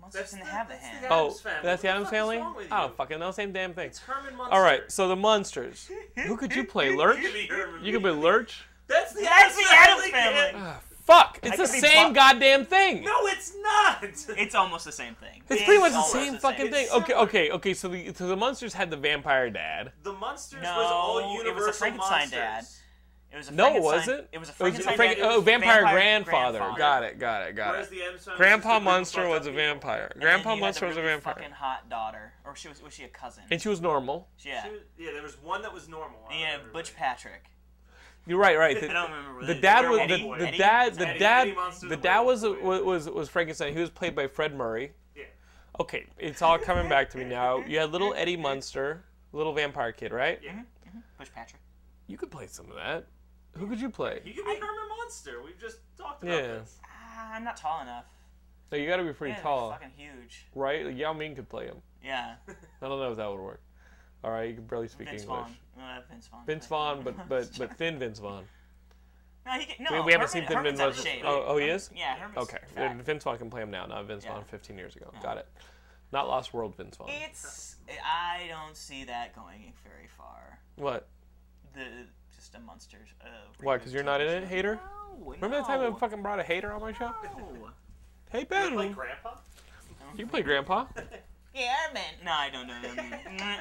B: Monsters didn't
C: the-
B: have the
C: that's the
B: hand.
C: guy-
A: Oh,
C: Addams Family.
A: that's the
C: What the
A: Adams
C: fuck is
A: Family.
C: wrong with
A: I don't
C: you?
A: fucking know. Same damn thing.
C: It's Herman Munster.
A: All right. So the Monsters. Who could you play? Lurch.
C: Give me Herman.
A: You could be Lurch.
C: That's the
B: That's the
C: Addams
B: Addams
C: Family.
B: Family.
A: Fuck! It's
B: could
A: the
B: be
A: same
B: Bob-
A: goddamn thing.
C: No, it's not.
B: It's almost the same thing.
A: It's pretty much the
B: almost
A: same fucking thing.
C: It's
A: Okay,
C: similar.
A: okay, okay. So the so the Munsters had the vampire dad.
C: the Munsters
B: No,
C: was all
B: it was a
C: universal
B: Frankenstein
C: monsters.
B: dad. It was a
A: No,
B: Frankenstein-
A: was it?
B: It was a
A: Frank-
B: Frankenstein. dad, it
A: oh,
B: was
A: vampire, grandfather. Got it. Got it. Got
C: Whereas
A: it.
C: the Addams Family
A: Grandpa
C: was just a group of
A: Munster
C: fucked
A: was
C: up
A: a
C: people.
A: vampire.
B: And then
A: Grandpa
B: you had the
A: Munster was a
B: really
A: vampire,
B: Fucking hot daughter, or she was was she a cousin?
A: and she was normal.
B: yeah.
C: She was- yeah, there was one that was normal. I don't
B: yeah,
C: remember
B: Butch
C: her name.
B: Patrick.
A: You're right. Right.
B: I
A: The,
B: don't remember.
A: the dad was
B: Eddie?
A: the, the
C: Eddie?
A: dad the
C: Eddie-
A: dad
C: Eddie Munster
A: the
C: was
A: dad
C: one
A: was
C: of the
A: was was- was Frankenstein. He was played by Fred Murray.
C: Yeah.
A: Okay, it's all coming back to me now. You had little Eddie Munster, little vampire kid, right?
C: Yeah.
B: Butch Patrick.
A: You could play some of that. Who could you play?
C: You could be Herman Munster. We've just talked about
A: Yeah.
C: this.
B: Ah, I'm not tall enough.
A: So you got to be pretty
B: Yeah,
A: tall,
B: Fucking huge.
A: right? Like Yao Ming could play him.
B: Yeah.
A: I don't know if that would work. All right, you can barely speak
B: Vince
A: English.
B: Vaughn. Uh, Vince Vaughn.
A: Vince Vaughn, but
B: *laughs*
A: but but thin Vince Vaughn.
B: No, he can, no.
A: We, we haven't
B: Oh, Herman-
A: seen thin Vince
B: Herman's out
A: Vaughn.
B: of shape.
A: Oh, oh, he is.
B: Yeah, Herman's
A: Okay,
B: fat.
A: and Vince Vaughn can play him now. Not Vince Vaughn
B: Yeah.
A: 15 years ago. Got it. Not Lost World Vince Vaughn.
B: It's. I don't see that going very far.
A: What?
B: The just a monsters. Uh,
A: Why? Because you're not in it, hater.
B: No,
A: Remember that time I fucking brought a hater on my show?
B: No.
A: Hey Ben, *laughs*
C: Like Grandpa?
A: you play Grandpa?
B: Yeah, man. No, I don't know. them. *laughs* Nah, nah.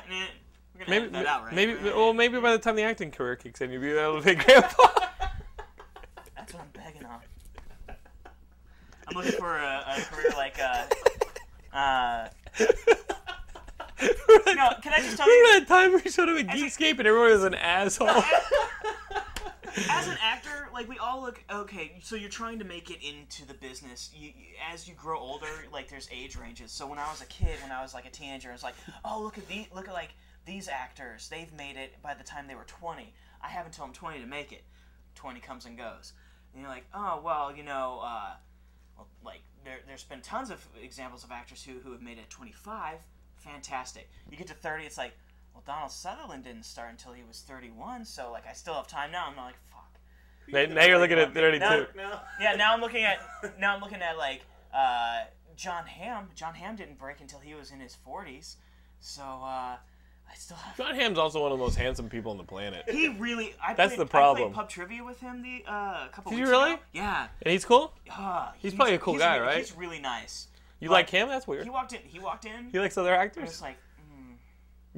B: We're gonna
A: Maybe,
B: edit that out, right?
A: maybe.
B: We're gonna-
A: Well, maybe by the time the acting career kicks in, you'll be able to play Grandpa. *laughs*
B: That's what I'm begging on. I'm looking for a, a career like uh,
A: *laughs*
B: uh. no, can I just tell you?
A: Remember that time we showed up at Geekscape and everyone was an
B: *laughs*
A: asshole?
B: as an actor, like we all look okay. So you're trying to make it into the business. You, you- as you grow older, like there's age ranges. So when I was a kid, when I was like a teenager, it's like, oh look at the look at like these actors. They've made it by the time they were 20. I have until I'm 20 to make it. 20 comes and goes, and you're like, oh well, you know, uh, well, like there, there's been tons of examples of actors who who have made it at 25. Fantastic. You get to 30, it's like. Well, Donald Sutherland didn't start until he was 31, so like I still have time now. I'm not like, fuck.
A: now, now you're looking at 32.
C: No.
B: Yeah, now I'm looking at now I'm looking at like uh, John Hamm. John Hamm didn't break until he was in his 40s, so uh, I still have.
A: John Hamm's also one of the most handsome people on the planet, and
B: He really. I
A: That's
B: played,
A: the
B: I
A: problem.
B: played pub trivia with him the uh, a couple.
A: Did you
B: weeks
A: really?
B: ago. Yeah.
A: he's cool.
B: Uh, he's,
A: probably a cool
B: he's
A: guy,
B: really-
A: right?
B: He's really nice.
A: You like him? That's weird.
B: He walked in. He walked in.
A: He likes other
B: I
A: actors.
B: was like,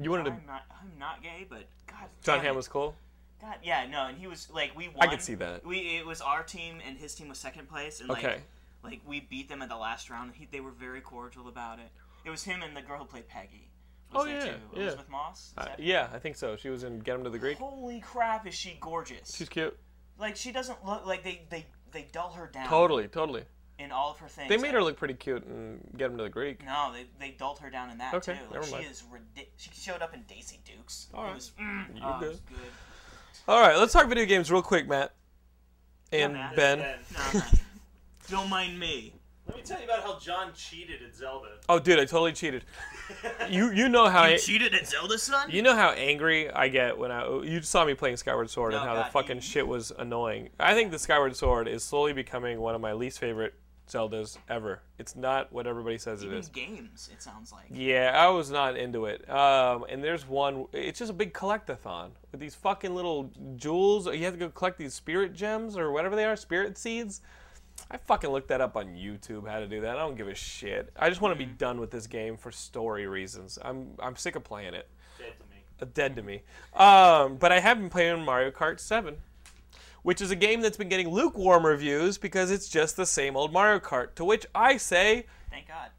A: You wanted to.
B: I'm not. I'm not gay, but God.
A: John
B: damn it.
A: Hamm was cool.
B: God, yeah, no, and he was like, we won.
A: I could see that.
B: We it was our team and his team was second place, and like,
A: Okay.
B: like we beat them at the last round. He, they were very cordial about it. It was him and the girl who played Peggy. Was
A: Oh,
B: there
A: yeah,
B: too.
A: yeah.
B: Elizabeth Moss. Is
A: Uh,
B: that-
A: yeah, I think so. She was in Get Him to the Greek.
B: Holy crap, is she gorgeous?
A: She's cute.
B: Like she doesn't look like they they they dull her down
A: Totally, totally.
B: in all of her things.
A: They made her look pretty cute in Get Him to the Greek.
B: No, they they dulled her down in that
A: Okay,
B: too. Like,
A: never
B: she
A: mind.
B: is ridiculous. She showed up in Daisy Dukes. It
A: right.
B: was, mm,
A: You're
B: oh, it
A: good.
B: was good.
A: All right, let's talk video games real quick, Matt *laughs* and
B: Matt.
A: Ben.
C: Ben.
B: No,
A: *laughs*
B: I'm not- don't mind me.
C: Let me tell you about how John cheated at Zelda.
A: Oh, dude, I totally
B: *laughs*
A: cheated. you you know how I,
B: Cheated at Zelda, son.
A: you know how angry I get when I you saw me playing Skyward Sword
B: Oh,
A: and how the
B: God,
A: fucking
B: you-
A: shit was annoying. I think the Skyward Sword is slowly becoming one of my least favorite Zeldas ever. It's not what everybody says it
B: Even
A: is.
B: games, it sounds like.
A: Yeah, I was not into it. Um, and there's one. It's just a big collectathon with these fucking little jewels. You have to go collect these spirit gems or whatever they are, spirit seeds. I fucking looked that up on YouTube how to do that. I don't give a shit. I just want to be done with this game for story reasons. I'm I'm sick of playing it.
C: Dead to me.
A: Uh, Dead to me. Um, but I have been playing Mario Kart 7, which is a game that's been getting lukewarm reviews because it's just the same old Mario Kart. To which I say,
B: Thank God.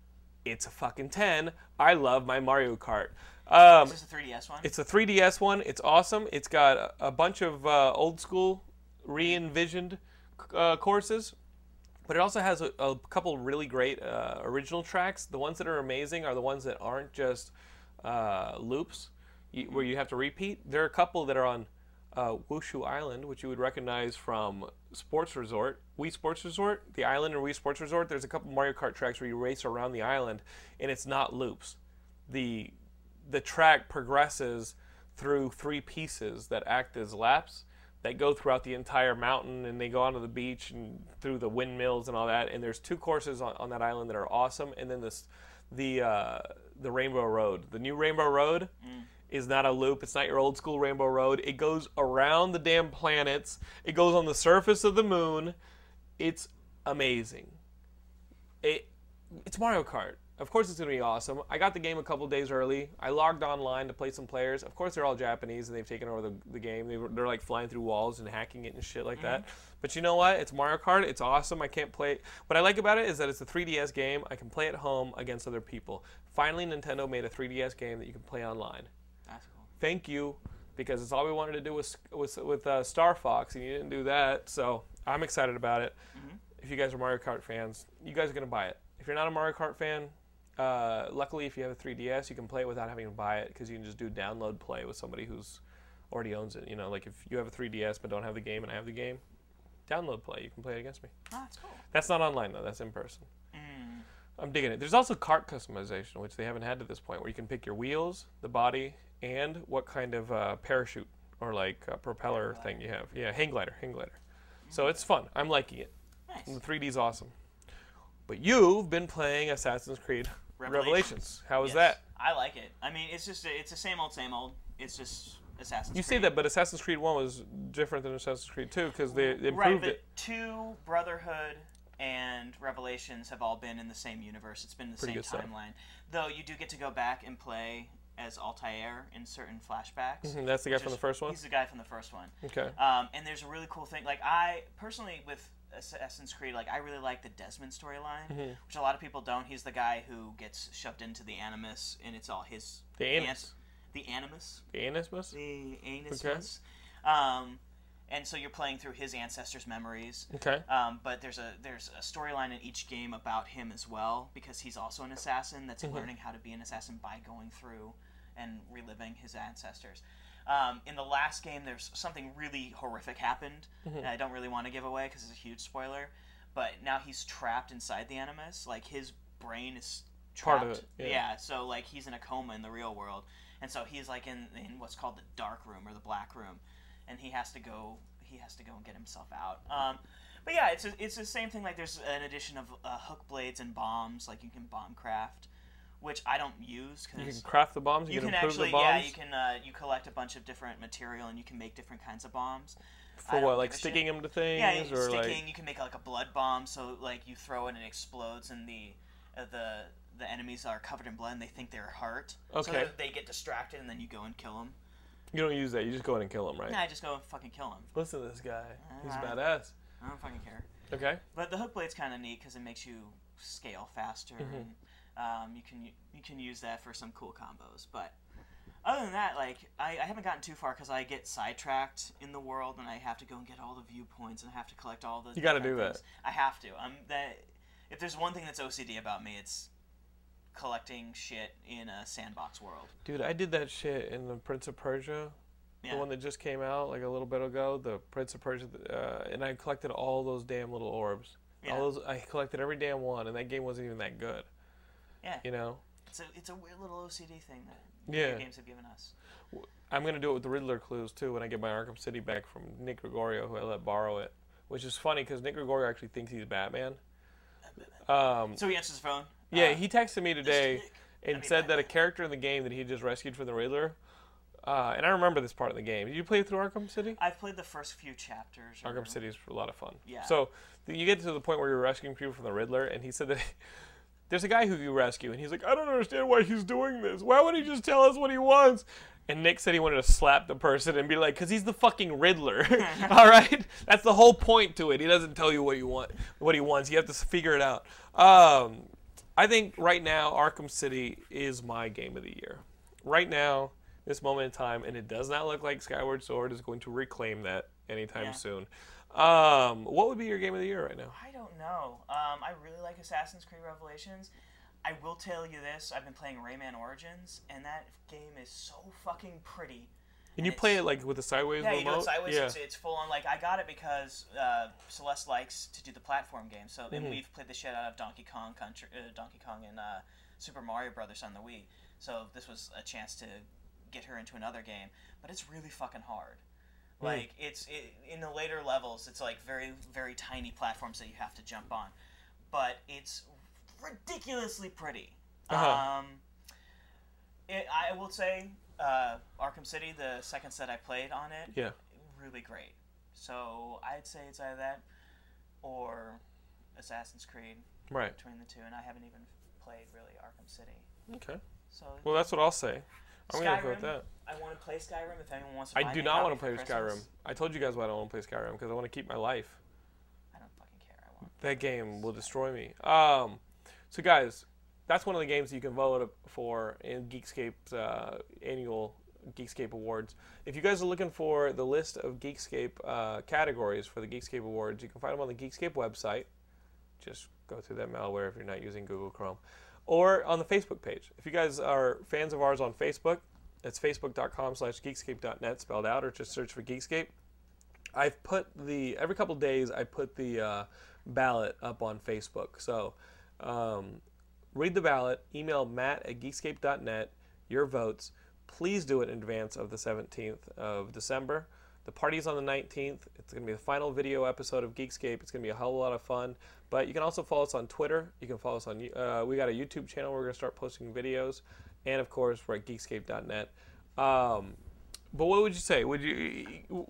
A: it's a fucking 10. I love my Mario Kart. Um,
B: Is this a 3DS one?
A: it's a 3DS one. It's awesome. It's got a, a bunch of uh, old school re envisioned uh, courses, but it also has a, a couple really great uh, original tracks. The ones that are amazing are the ones that aren't just uh, loops you, where you have to repeat. There are a couple that are on uh, Wushu Island, which you would recognize from Sports Resort, Wii Sports Resort, the island in Wii Sports Resort. There's a couple Mario Kart tracks where you race around the island, and it's not loops. The the track progresses through three pieces that act as laps that go throughout the entire mountain and they go onto the beach and through the windmills and all that and there's two courses on, on that island that are awesome and then this the uh, the rainbow road the new rainbow road is not a loop it's not your old school rainbow road it goes around the damn planets it goes on the surface of the moon it's amazing it it's Mario Kart. Of course, it's going to be awesome. I got the game a couple days early. I logged online to play some players. Of course, they're all Japanese and they've taken over the, the game. They, were- they're like flying through walls and hacking it and shit like that. But you know what? It's Mario Kart. It's awesome. I can't play. What I like about it is that it's a 3DS game. I can play at home against other people. Finally, Nintendo made a 3DS game that you can play online
B: That's cool.
A: thank you because it's all we wanted to do was was with uh, Star Fox and you didn't do that. So I'm excited about it. If you guys are Mario Kart fans, you guys are gonna buy it. If you're not a Mario Kart fan, uh, luckily if you have a 3DS, you can play it without having to buy it because you can just do download play with somebody who's already owns it. You know, like if you have a 3DS but don't have the game and I have the game, download play. You can play it against me.
B: Ah, that's cool. Mm.
A: That's not online though. That's in person. I'm digging it. There's also cart customization, which they haven't had to this point, where you can pick your wheels, the body, and what kind of uh, parachute or like uh, propeller thing you have. Yeah, hang glider, hang glider.
B: Mm.
A: So it's fun. I'm liking it. And the 3D's awesome. But you've been playing Assassin's Creed Revelations.
B: Revelations.
A: How is
B: Yes.
A: that?
B: I like it. I mean, it's just it's the same old, same old. It's just Assassin's.
A: You say
B: Creed.
A: that, but Assassin's Creed 1 was different than Assassin's Creed 2 because they, they improved
B: right? But
A: it.
B: two Brotherhood and Revelations have all been in the same universe. It's been the
A: Pretty
B: same
A: good stuff.
B: timeline. Though you do get to go back and play as Altair in certain flashbacks.
A: And that's the Mm-hmm. guy
B: which
A: from
B: is-
A: the first one?
B: He's the guy from the first one.
A: Okay.
B: Um, and there's a really cool thing. Like I personally with Assassin's Creed, like I really like the Desmond storyline,
A: Mm-hmm.
B: which a lot of people don't. He's the guy who gets shoved into the Animus, and it's all his
A: The Animus.
B: The Animus
A: The Anismus?
B: the anus
A: Okay.
B: was. Um, and so you're playing through his ancestors' memories.
A: Okay.
B: Um, but there's a there's a storyline in each game about him as well because he's also an assassin that's
A: Mm-hmm.
B: learning how to be an assassin by going through and reliving his ancestors. Um, in the last game, there's something really horrific happened.
A: Mm-hmm.
B: and I don't really want to give away because it's a huge spoiler. But now he's trapped inside the animus. Like his brain is trapped.
A: Part of it, yeah.
B: yeah. uh, So like he's in a coma in the real world, and so he's like in in what's called the dark room or the black room, and he has to go he has to go and get himself out. Um, but yeah, it's it's the same thing. Like there's an addition of uh, hook blades and bombs. Like you can bomb craft, which I don't use because
A: You can craft the bombs, you,
B: you
A: can,
B: can
A: improve
B: actually
A: the bombs.
B: yeah you can uh, you collect a bunch of different material and you can make different kinds of bombs. I
A: For
B: don't
A: what, like
B: give a shit.
A: sticking them to things?
B: Yeah, you-
A: or
B: sticking.
A: like.
B: You can make like a blood bomb, so like you throw it and it explodes, and the uh, the the enemies are covered in blood and they think they're hurt. So
A: Okay.
B: they get distracted and then you go and kill them.
A: You don't use that, you just go in and kill them, right?
B: Yeah, I just go and fucking kill them.
A: Listen to this guy. He's
B: Uh-huh.
A: badass.
B: I don't fucking care.
A: Okay.
B: But the hook blade's kind of neat because it makes you scale faster,
A: Mm-hmm.
B: and um, you can you can use that for some cool combos. But other than that, like I, I haven't gotten too far because I get sidetracked in the world, and I have to go and get all the viewpoints, and I have to collect all the. You
A: gotta do that.
B: I have to. I'm that. If there's one thing that's OCD about me, it's collecting shit in a sandbox world.
A: Dude, I did that shit in the Prince of Persia,
B: Yeah.
A: the one that just came out like a little bit ago. The Prince of Persia, uh, and I collected all those damn little orbs.
B: Yeah.
A: All those, I collected every damn one, and that game wasn't even that good.
B: yeah.
A: You know,
B: It's a it's a weird little OCD thing that
A: Yeah.
B: video games have given us.
A: I'm gonna do it with the Riddler clues too when I get my Arkham City back from Nick Gregorio, who I let borrow it. Which is funny because Nick Gregorio actually thinks he's Batman.
B: So he answers the phone.
A: Mm.
B: Uh,
A: Yeah, he texted me today
B: Nick.
A: and said that a character in the game that he just rescued from the Riddler. Uh, and I remember this part of the game. Did you play through Arkham City?
B: I've played the first few chapters. or-
A: Arkham City is a lot of fun.
B: Yeah.
A: So th- you get to the point where you're rescuing people from the Riddler, and he said that *laughs* there's a guy who you rescue, and he's like, I don't understand why he's doing this. Why would he just tell us what he wants? And Nick said he wanted to slap the person and be like, because he's the fucking *laughs* Riddler. All right? That's the whole point to it. He doesn't tell you what you want, what he wants. You have to s- figure it out. Um, I think right now, Arkham City is my game of the year. Right now, this moment in time, and it does not look like Skyward Sword is going to reclaim that anytime
B: Yeah.
A: soon. Um, what would be your game of the year right now?
B: I don't know. Um, I really like Assassin's Creed Revelations. I will tell you this: I've been playing Rayman Origins, and that game is so fucking pretty.
A: And you
B: it's-
A: play it like with the sideways
B: Yeah,
A: remote.
B: you do it sideways.
A: Yeah.
B: It's, it's full on. Like I got it because uh, Celeste likes to do the platform game. So and
A: Mm-hmm.
B: we've played the shit out of Donkey Kong Country, uh, Donkey Kong and uh, Super Mario Brothers on the Wii. So this was a chance to get her into another game, but it's really fucking hard.
A: Mm.
B: Like it's it, in the later levels, it's like very very tiny platforms that you have to jump on, but it's ridiculously pretty.
A: Uh-huh.
B: Um, it, I will say uh, Arkham City, the second set I played on it,
A: yeah.
B: really great. So I'd say it's either that or Assassin's Creed
A: Right.
B: between the two, and I haven't even played really Arkham City.
A: Okay.
B: So
A: Well, that's what I'll say. I'm gonna
B: Skyrim. Oh,
A: go with that.
B: I want to play Skyrim if anyone wants to.
A: I
B: buy
A: do
B: me a
A: not
B: copy
A: want to
B: for
A: play Skyrim.
B: Christmas.
A: I told you guys why I don't want to play Skyrim because I want to keep my life.
B: I don't fucking care. I want.
A: That game will destroy me. Um, so guys, that's one of the games that you can vote up for in Geekscape's uh, annual Geekscape Awards. If you guys are looking for the list of Geekscape uh, categories for the Geekscape Awards, you can find them on the Geekscape website. Just go through that malware if you're not using Google Chrome, or on the Facebook page. If you guys are fans of ours on Facebook, it's facebook.com/geekscape.net spelled out, or just search for Geekscape. I've put the every couple days I put the uh, ballot up on Facebook. So um, Read the ballot. Email matt at geekscape.net your votes. Please do it in advance of the 17th of December. The party's on the 19th. It's going to be the final video episode of Geekscape. It's going to be a hell of a lot of fun. But you can also follow us on Twitter. You can follow us on, uh, we got a YouTube channel where we're going to start posting videos. And of course, we're at geekscape.net. Um, but what would you say? Would you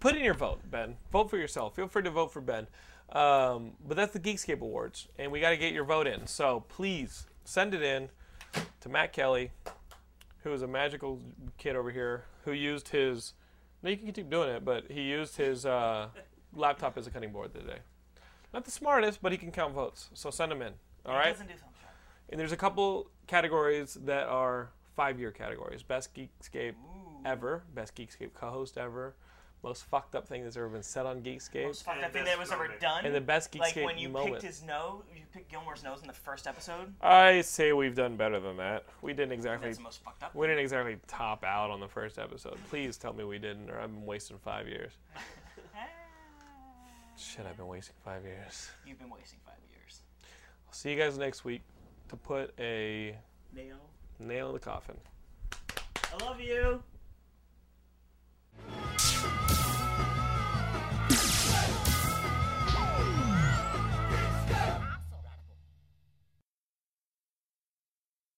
A: put in your vote, Ben? Vote for yourself. Feel free to vote for Ben. Um, but that's the Geekscape Awards, and we got to get your vote in. So please send it in to Matt Kelly, who is a magical kid over here who used his. No, you can keep doing it, but he used his uh, laptop as a cutting board today. Not the smartest, but he can count votes. So send them in. All right.
B: Doesn't do something.
A: And there's a couple categories that are five year categories best Geekscape ever, best Geekscape co host ever, most fucked up thing that's ever been said on Geekscape,
B: Most fucked
C: And
B: up thing
C: the
B: that was ever
C: best
B: done.
A: and the best
B: like
A: Geekscape
B: when you
A: moment.
B: picked his nose, you picked Gilmore's nose in the first episode.
A: I say we've done better than that. We didn't exactly.
B: That's the most fucked up.
A: We didn't exactly top out on the first episode. Please tell me we didn't, or I've been wasting five years. Shit, I've been wasting five years.
B: You've been wasting five years.
A: I'll see you guys next week to put a
B: Nail.
A: nail in the coffin.
B: I love you.